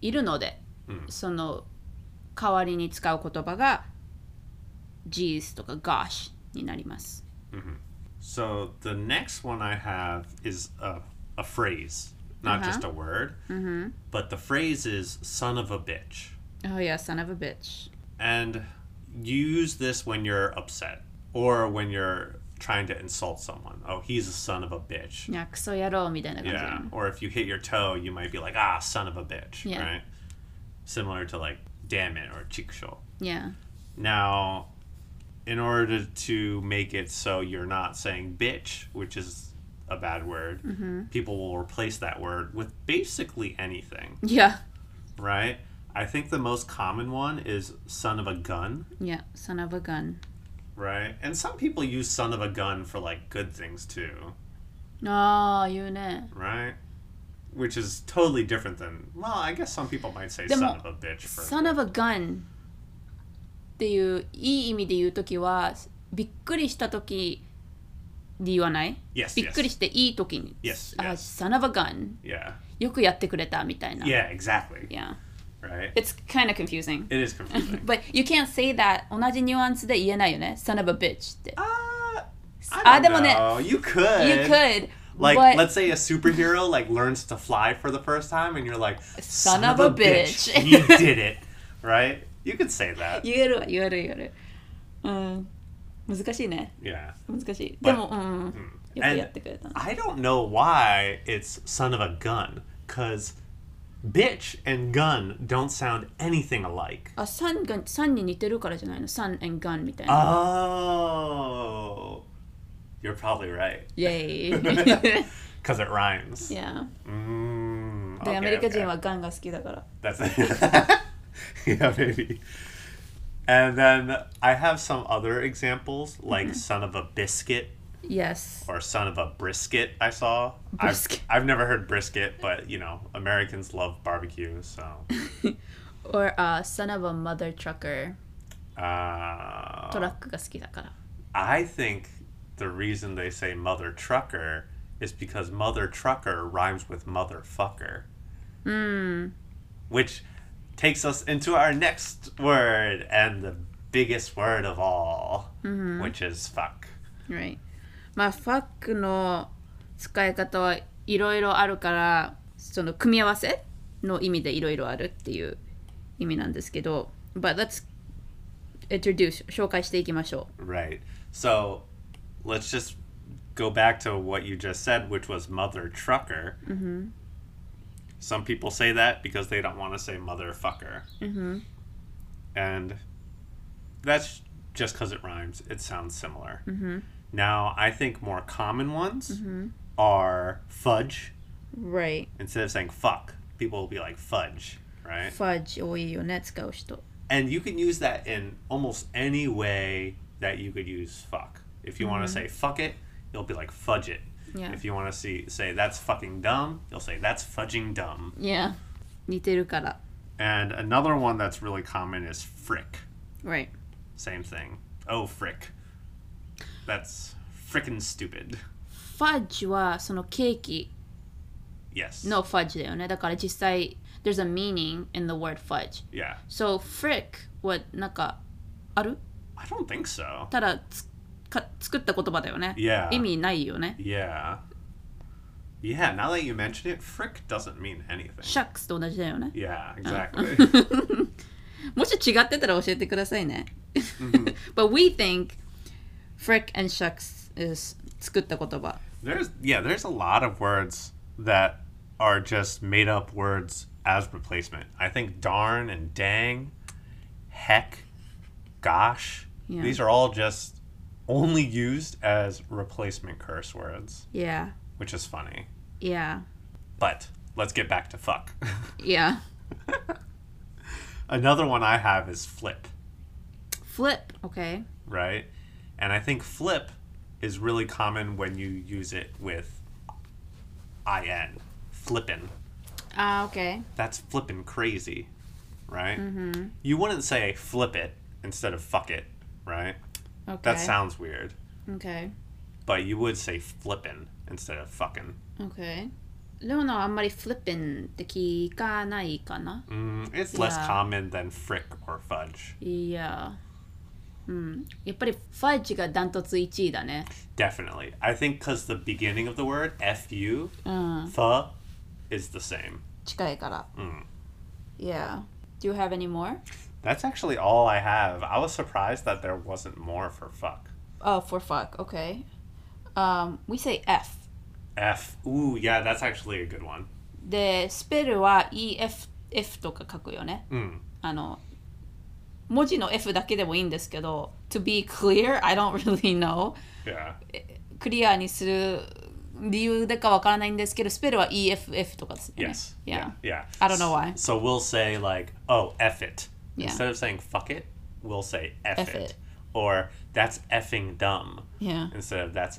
Speaker 1: いるので、その代わりに使う言葉が「Jeez」とか「Gosh」になります。
Speaker 2: So the next one I have is a, a phrase, not just a word. Mm-hmm. But the phrase is son of a bitch.
Speaker 1: Oh yeah, son of a bitch.
Speaker 2: And you use this when you're upset or when you're trying to insult someone. Oh, he's a son of a bitch.
Speaker 1: いやクソ野郎みたいな感じだよ
Speaker 2: Yeah.
Speaker 1: ね。
Speaker 2: Or if you hit your toe, you might be like, ah, son of a bitch.
Speaker 1: Yeah.
Speaker 2: Right? Similar to like, damn it or chiksho.
Speaker 1: Yeah.
Speaker 2: Now, in order to make it so you're not saying bitch, which is a bad word,
Speaker 1: Mm-hmm.
Speaker 2: people will replace that word with basically anything,
Speaker 1: Yeah.
Speaker 2: right? I think the most common one is son of a gun,
Speaker 1: Yeah, son of a gun.
Speaker 2: right? And some people use son of a gun for like good things too,
Speaker 1: ああ言うね
Speaker 2: right? Which is totally different than, well, I guess some people might say
Speaker 1: Then
Speaker 2: son of
Speaker 1: what-
Speaker 2: a bitch for.
Speaker 1: Son of a gun っていういい意味で言う時はびっくりした時で言わない
Speaker 2: Yes,
Speaker 1: びっくりしていい時に。
Speaker 2: Yes,
Speaker 1: あ、
Speaker 2: yes.
Speaker 1: son of a gun。
Speaker 2: Yeah.
Speaker 1: よくやってくれたみたいな。
Speaker 2: Yeah, exactly.
Speaker 1: Yeah.
Speaker 2: Right?
Speaker 1: It's kind of confusing.
Speaker 2: It is confusing.
Speaker 1: [laughs] But you can't say that 同じニュアンスで言えないよね。son of a bitch って。
Speaker 2: uh,
Speaker 1: Ah,
Speaker 2: I
Speaker 1: that
Speaker 2: don't
Speaker 1: one-
Speaker 2: know. You could.
Speaker 1: You could.
Speaker 2: Like,
Speaker 1: but
Speaker 2: let's say a superhero like learns to fly for the first time, and you're like,
Speaker 1: Son of a bitch." [laughs]
Speaker 2: you did it, right? You could say that.
Speaker 1: 言えるわ、言える、言える。うん。難しいね。
Speaker 2: Yeah.
Speaker 1: 難しい。
Speaker 2: But-
Speaker 1: でも、うん。よくやってくれたな。
Speaker 2: I don't know why it's son of a gun, cause bitch and gun don't sound anything alike.
Speaker 1: あ、son が、son に似てるからじゃないの ?son and gun みたいな。
Speaker 2: Oh, you're probably right,
Speaker 1: イェーイ。
Speaker 2: cause it rhymes.
Speaker 1: yeah.
Speaker 2: Mm,
Speaker 1: で、
Speaker 2: okay,
Speaker 1: アメリカ
Speaker 2: okay.
Speaker 1: 人はガンが好きだから。
Speaker 2: That's [laughs] yeah, maybe. And then I have some other examples, like son of a biscuit
Speaker 1: Yes.
Speaker 2: or son of a brisket. I saw.
Speaker 1: Brisket.
Speaker 2: I've, I've never heard brisket, but you know Americans love barbecue, so.
Speaker 1: Or、uh, son of a mother trucker. ト
Speaker 2: Uh,
Speaker 1: ラックが好きだから。
Speaker 2: I think the reason they say mother trucker is because mother trucker rhymes with motherfucker,
Speaker 1: Mm.
Speaker 2: which takes us into our next word and the biggest word of all, which is fuck.
Speaker 1: Right. まあ、ファックの使い方はいろいろあるから、その組み合わせの意味でいろいろあるっていう意味なんですけど、but let's introduce 紹介していきましょ
Speaker 2: Right. So let's just go back to what you just said, which was mother trucker. Mm-hmm. Some people say that because they don't want to say motherfucker. Mm-hmm. And that's just because it rhymes. It sounds similar. Mm-hmm. Now, I think more common ones are fudge.
Speaker 1: う。Right.
Speaker 2: Instead of saying fuck, people will be like fudge, right?
Speaker 1: ファッジ多いよね、使う人。
Speaker 2: and you can use that in almost any way that you could use fuck. If you want to say fuck it, you'll be like fudge it.
Speaker 1: Yeah.
Speaker 2: If you want to see say that's fucking dumb, you'll say that's fudging dumb.
Speaker 1: Yeah. 似てるから。
Speaker 2: And another one that's really common is frick.
Speaker 1: Right.
Speaker 2: Same thing. Oh frick. That's frickin' stupid.
Speaker 1: ファッジはそのケーキ
Speaker 2: Yes.
Speaker 1: のファッジだよね。だから実際、there's a meaning in the word fudge.
Speaker 2: Yeah.
Speaker 1: So, frick はなんかある
Speaker 2: I don't think so.
Speaker 1: ただつか作った言葉だよね。
Speaker 2: Yeah.
Speaker 1: 意味ないよね。
Speaker 2: Yeah. Yeah, now that you mention it, frick doesn't mean anything.
Speaker 1: シャックスと同じだよね。
Speaker 2: Yeah, exactly.
Speaker 1: もし違ってたら教えてくださいね。But [laughs]
Speaker 2: Mm-hmm.
Speaker 1: we think frick and shucks is 作った言葉。
Speaker 2: There's yeah, there's a lot of words that are just made up words as replacement. I think darn and dang, heck, gosh,
Speaker 1: Yeah.
Speaker 2: these are all just only used as replacement curse words,
Speaker 1: Yeah,
Speaker 2: which is funny.
Speaker 1: yeah,
Speaker 2: But let's get back to fuck. [laughs]
Speaker 1: yeah.
Speaker 2: Another one I have is flip,
Speaker 1: Flip, okay.
Speaker 2: right? And I think flip is really common when you use it with in, flippin'.
Speaker 1: あ、okay. Ah,
Speaker 2: that's flipping crazy, right? Mm-hmm. You wouldn't say flip it instead of fuck it, right?
Speaker 1: Okay.
Speaker 2: That sounds weird,
Speaker 1: okay.
Speaker 2: but you would say flippin' instead of fucking.
Speaker 1: Okay. レオナはあんまり flipping って聞かないかな
Speaker 2: Mm, it's less
Speaker 1: Yeah.
Speaker 2: common than frick or fudge.
Speaker 1: いや。うん。やっぱりファッジがダントツ1位だね。
Speaker 2: Definitely. I think because the beginning of the word, fu,
Speaker 1: うん。
Speaker 2: fu, is the same.
Speaker 1: 近いから。
Speaker 2: うん。
Speaker 1: Yeah. Do you have any more?
Speaker 2: That's actually all I have. I was surprised that there wasn't more for fuck.
Speaker 1: Oh, for fuck. Okay. Um, we say F.
Speaker 2: F. Ooh, yeah, that's actually a good one.
Speaker 1: で、スペルは EF F とか書くよね。
Speaker 2: Mm.
Speaker 1: あの、文字の F だけでもいいんですけど、to be clear, I don't really know.
Speaker 2: Yeah.
Speaker 1: クリアにする理由でかわからないんですけど、スペルは EFF とかですよね。
Speaker 2: Yes.
Speaker 1: Yeah.
Speaker 2: Yeah.
Speaker 1: I don't know why.
Speaker 2: So we'll say like, oh, F it.
Speaker 1: Yeah.
Speaker 2: Instead of saying fuck it, we'll say F,
Speaker 1: F it.
Speaker 2: it. Or that's effing dumb
Speaker 1: Yeah.
Speaker 2: instead of that's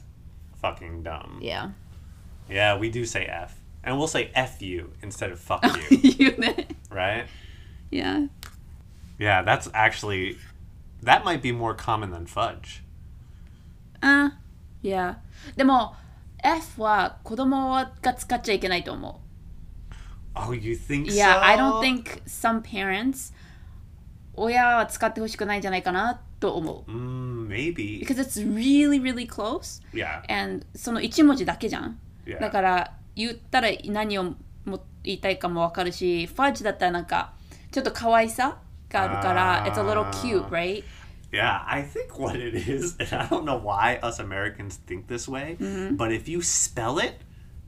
Speaker 2: fucking dumb.
Speaker 1: Yeah.
Speaker 2: Yeah, we do say F. And we'll say F you instead of fuck
Speaker 1: [laughs]
Speaker 2: you,
Speaker 1: you ね。
Speaker 2: right?
Speaker 1: Yeah.
Speaker 2: Yeah, that's actually, that might be more common than fudge.
Speaker 1: あ、いや。でも、F は子供が使っちゃいけないと思う。
Speaker 2: Oh, you think so?
Speaker 1: Yeah, I don't think some parents 親は使ってほしくないんじゃないかなと思う。
Speaker 2: Mm, maybe.
Speaker 1: Because it's really, really close. [laughs]
Speaker 2: Yeah.
Speaker 1: And その一文字だけじゃん。
Speaker 2: Yeah.
Speaker 1: だから言ったら何をも言いたいかもわかるし、ファッジだったらなんかちょっと可愛さがあるから、
Speaker 2: あー
Speaker 1: it's a little cute, right?
Speaker 2: Yeah, I think what it is, [laughs] and I don't know why us Americans think this way, but if you spell it,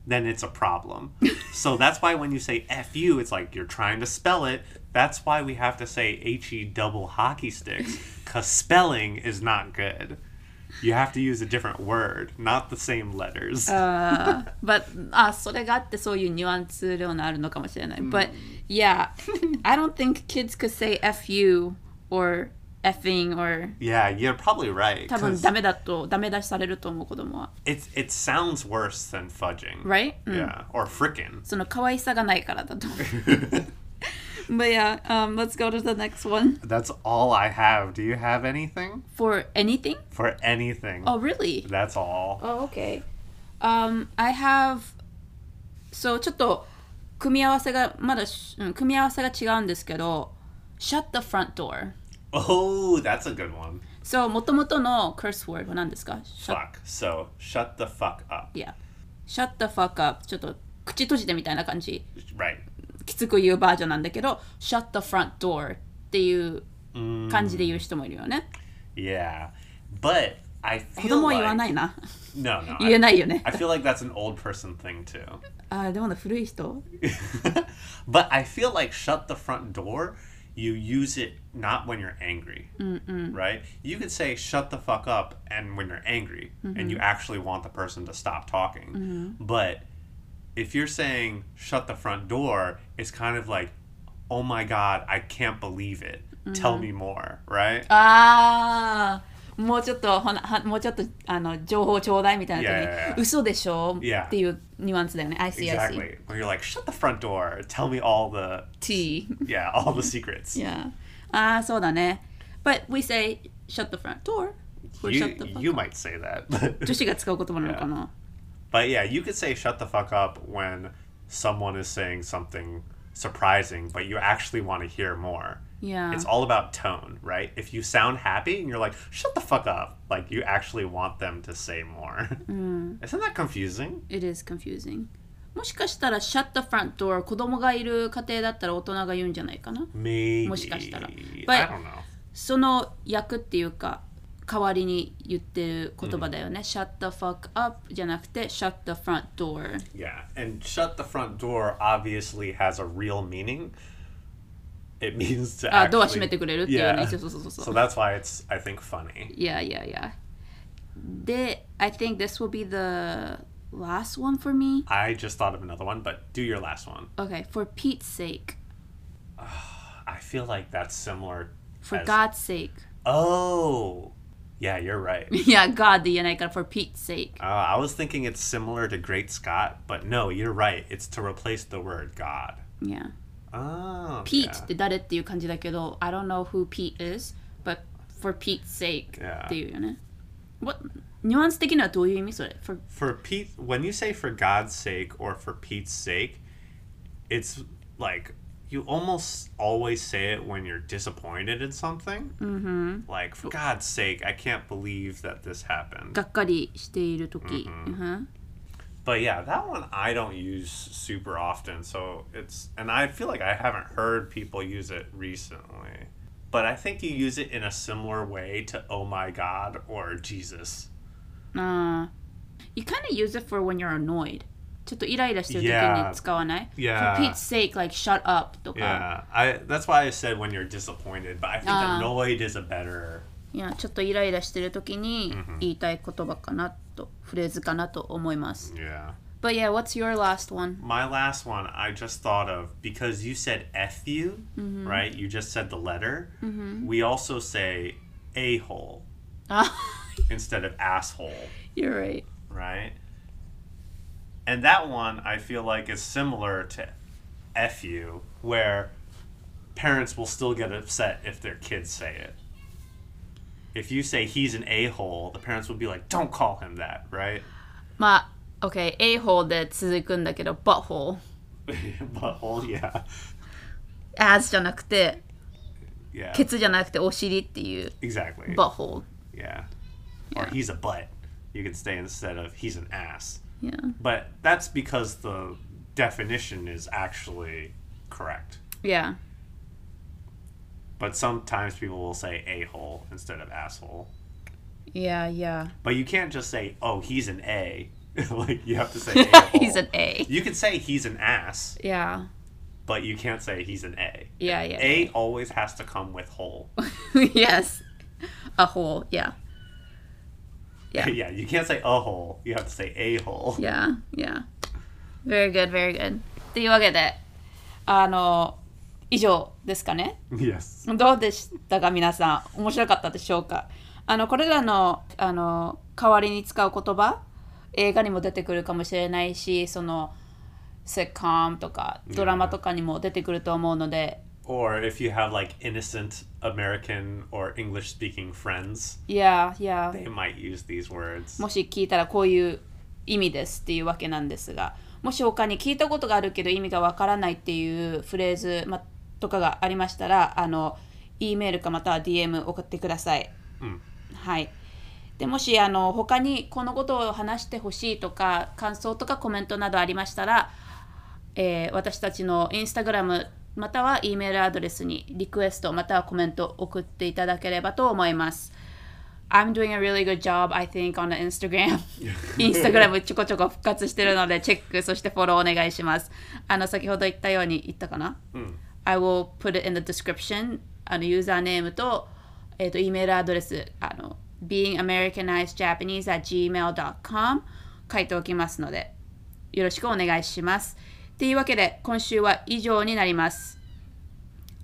Speaker 2: then it's a problem. so that's why when you say F U, it's like you're trying to spell it. That's why we have to say H E double hockey sticks, because spelling is not good. You have to use a different word, not the same letters.
Speaker 1: But あそれがあってそういうニュアンス量のあるのかもしれない。But yeah, [laughs] I don't think kids could say fu or effing or
Speaker 2: yeah, you're probably right.
Speaker 1: 多分
Speaker 2: 'cause
Speaker 1: ダメだとダメ出しされると思う子供は。
Speaker 2: It's, it sounds worse than fudging.
Speaker 1: Right? うん
Speaker 2: Yeah, or
Speaker 1: [laughs]
Speaker 2: frickin'. [laughs]
Speaker 1: その可愛さがないからだと思う。But yeah,、um, let's go to the next one.
Speaker 2: That's all I have. Do you have anything?
Speaker 1: For anything?
Speaker 2: For anything.
Speaker 1: Oh, really?
Speaker 2: That's all.
Speaker 1: Oh, okay. Um, I have. So ちょっと組み合わせがまだし、うん、組み合わせが違うんですけど、shut the front door.
Speaker 2: Oh, that's a good one.
Speaker 1: So もともとの curse word は何ですか shut,
Speaker 2: Fuck. So shut the fuck up.
Speaker 1: yeah. shut the fuck up. ちょっと口閉じてみたいな感じ。
Speaker 2: Right.
Speaker 1: きつく言うバージョンなんだけど、shut the front door っていう感じで言う人もいるよね。
Speaker 2: Yeah. But I
Speaker 1: 子
Speaker 2: feel
Speaker 1: 供は
Speaker 2: like
Speaker 1: 言わないな。
Speaker 2: no, no.
Speaker 1: 言え
Speaker 2: I,
Speaker 1: ないよね
Speaker 2: I。feel like that's an old person thing too.
Speaker 1: あーでもね古い人
Speaker 2: [laughs] but I feel like shut the front door. You use it not when you're angry, right? You could say shut the fuck up and when you're angry and
Speaker 1: Mm-hmm.
Speaker 2: you actually want the person to stop talking. But if you're saying shut the front door, it's kind of like, oh my God, I can't believe it.
Speaker 1: Mm-hmm.
Speaker 2: Tell me more, right?
Speaker 1: Oh, ああもうちょっとほなはもうちょっとあの情報ちょうだいみたいな時に
Speaker 2: Yeah, yeah, yeah.
Speaker 1: 嘘でしょ
Speaker 2: Yeah.
Speaker 1: っていうニュアンスだよね I see I see
Speaker 2: exactly. When you're like, shut the front door, tell me all the,
Speaker 1: T [laughs]
Speaker 2: yeah, all the secrets.
Speaker 1: yeah ああそうだね But we say shut the front door or
Speaker 2: You,
Speaker 1: shut the fuck
Speaker 2: you
Speaker 1: up.
Speaker 2: might say that. [laughs] but-
Speaker 1: 女子が使う言葉なのかな
Speaker 2: But yeah, you could say shut the fuck up when someone is saying something surprising, but you actually want to hear more.
Speaker 1: Yeah.
Speaker 2: It's all about tone, right? If you sound happy and you're like, shut the fuck up, like you actually want them to say more. [laughs] Isn't that confusing?
Speaker 1: It is confusing もしかしたら shut the front door 子供がいる家庭だったら大人が言うんじゃないかな
Speaker 2: Maybe.
Speaker 1: もしかしたら。
Speaker 2: I
Speaker 1: But-
Speaker 2: don't know.
Speaker 1: その役っていうか代わりに言ってる言葉だよね。shut the fuck up じゃなくて shut the front door。
Speaker 2: Yeah. And shut the front door obviously has a real meaning. It [laughs] means to
Speaker 1: あ、ドア
Speaker 2: actually-
Speaker 1: 閉めてくれるっていうね。
Speaker 2: yeah.
Speaker 1: そうそうそうそ
Speaker 2: So
Speaker 1: う。
Speaker 2: that's why it's, I think, funny.
Speaker 1: Yeah, yeah, yeah. で、I think this will be the last one for me.
Speaker 2: I just thought of another one, but do your last one.
Speaker 1: Okay, for Pete's sake.
Speaker 2: I feel like that's similar.
Speaker 1: For
Speaker 2: as-
Speaker 1: God's sake. [laughs]
Speaker 2: Oh, yeah, you're right.
Speaker 1: Yeah, God で言えないから for Pete's sake.
Speaker 2: Uh, I was thinking it's similar to Great Scott, but no, you're right. It's to replace the word God.
Speaker 1: Yeah.
Speaker 2: Oh,
Speaker 1: Pete
Speaker 2: yeah.
Speaker 1: って誰っていう感じだけど、I don't know who Pete is, but for Pete's sake
Speaker 2: Yeah.
Speaker 1: っていうよね。What? ニュアンス的にはどういう意味それ for
Speaker 2: For Pete, when you say for God's sake or for Pete's sake, it's like you almost always say it when you're disappointed in something. Mm-hmm. Like for God's sake, I can't believe that this happened.
Speaker 1: がっかりしている時、うん、
Speaker 2: But yeah, that one I don't use super often. So it's, and I feel like I haven't heard people use it recently. But I think you use it in a similar way to "Oh my God" or "Jesus."
Speaker 1: You kind of use it for when you're annoyed ちょっとイライラしてる時
Speaker 2: Yeah.
Speaker 1: に使わない
Speaker 2: Yeah.
Speaker 1: For Pete's sake, like shut up とか、
Speaker 2: Yeah, Uh, I. That's why I said when you're disappointed. But I think
Speaker 1: Ah.
Speaker 2: annoyed is a better.
Speaker 1: いやちょっとイライラしてる時に言いたい言葉かなとフレーズかなと思います、
Speaker 2: Yeah.
Speaker 1: But yeah, what's your last one?
Speaker 2: My last one I just thought of because you said "f you," right? You just said the letter. We also say "a hole"
Speaker 1: あ
Speaker 2: instead of "asshole."
Speaker 1: [laughs] You're right
Speaker 2: right? And that one I feel like is similar to FU, where parents will still get upset if their kids say it. if you say he's an a hole, the parents would be like, don't call him that, right? [laughs]
Speaker 1: まあ OK A-hole で続くんだけど Butthole
Speaker 2: Butthole, yeah.
Speaker 1: As じゃなくて
Speaker 2: Yeah.
Speaker 1: ケツじゃなくてお尻っていう
Speaker 2: Exactly.
Speaker 1: Butthole
Speaker 2: Yeah. Or
Speaker 1: Yeah.
Speaker 2: he's a butt. You could say instead of he's an ass.
Speaker 1: yeah.
Speaker 2: But that's because the definition is actually correct.
Speaker 1: yeah
Speaker 2: But sometimes people will say a hole instead of asshole.
Speaker 1: yeah yeah
Speaker 2: But you can't just say, oh, he's an A. [laughs] like, you have to say
Speaker 1: [laughs]
Speaker 2: a-hole.
Speaker 1: he's an A
Speaker 2: You could say he's an ass,
Speaker 1: yeah
Speaker 2: but you can't say he's an A.
Speaker 1: yeah yeah
Speaker 2: [laughs] A always has to come with hole.
Speaker 1: yes a hole yeah [laughs] Yeah.
Speaker 2: yeah, you can't say a hole. You have to say a hole.
Speaker 1: Yeah, yeah. Very good, very good. というわけで、あの、以上ですかね。
Speaker 2: [laughs] Yes.
Speaker 1: どうでしたか、皆さん。面白かったでしょうか。あの、これらの、あの、代わりに使う言葉、映画にも出てくるかもしれないし、その、セカムとか、ドラマとかにも出てくると思うので、
Speaker 2: Or if you have like innocent American or English speaking friends,
Speaker 1: いやいや。
Speaker 2: they might use these words.
Speaker 1: もし聞いたらこういう意味ですっていうわけなんですがもし他に聞いたことがあるけど意味がわからないっていうフレーズ、ま、とかがありましたらあの E メールかまたは DM 送ってください。
Speaker 2: うん
Speaker 1: はいでもしあの他にこのことを話してほしいとか感想とかコメントなどありましたら、えー私たちのインスタグラムまたは E メールアドレスにリクエストまたはコメント送っていただければと思います。I'm doing a really good job, I think, on the Instagram. インスタグラムちょこちょこ復活してるので、チェック、そしてフォローお願いします。あの、先ほど言ったように言ったかな、?I will put it in the description. あの、ユーザーネームと、えっ、と、E メールアドレス、あの、beingamericanizedjapanese.gmail.com 書いておきますので、よろしくお願いします。というわけで、今週は以上になります。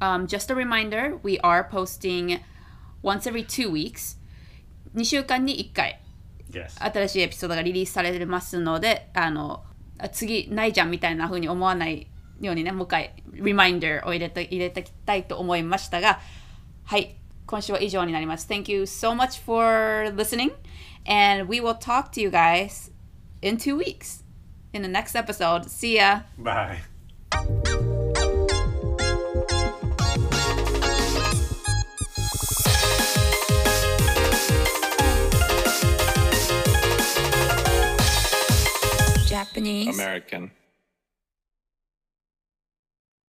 Speaker 1: Um, just a reminder, we are posting once every two weeks. 2週間に1回
Speaker 2: Yes.
Speaker 1: 新しいエピソードがリリースされてますので、あの、あ次ないじゃんみたいな風に思わないようにね、もう一回、リマインダーを入れて、入れていきたいと思いましたが、はい、今週は以上になります。Thank you so much for listening, and we will talk to you guys in two weeks. In the next episode. See ya!
Speaker 2: Bye.
Speaker 1: Japanese.
Speaker 3: American.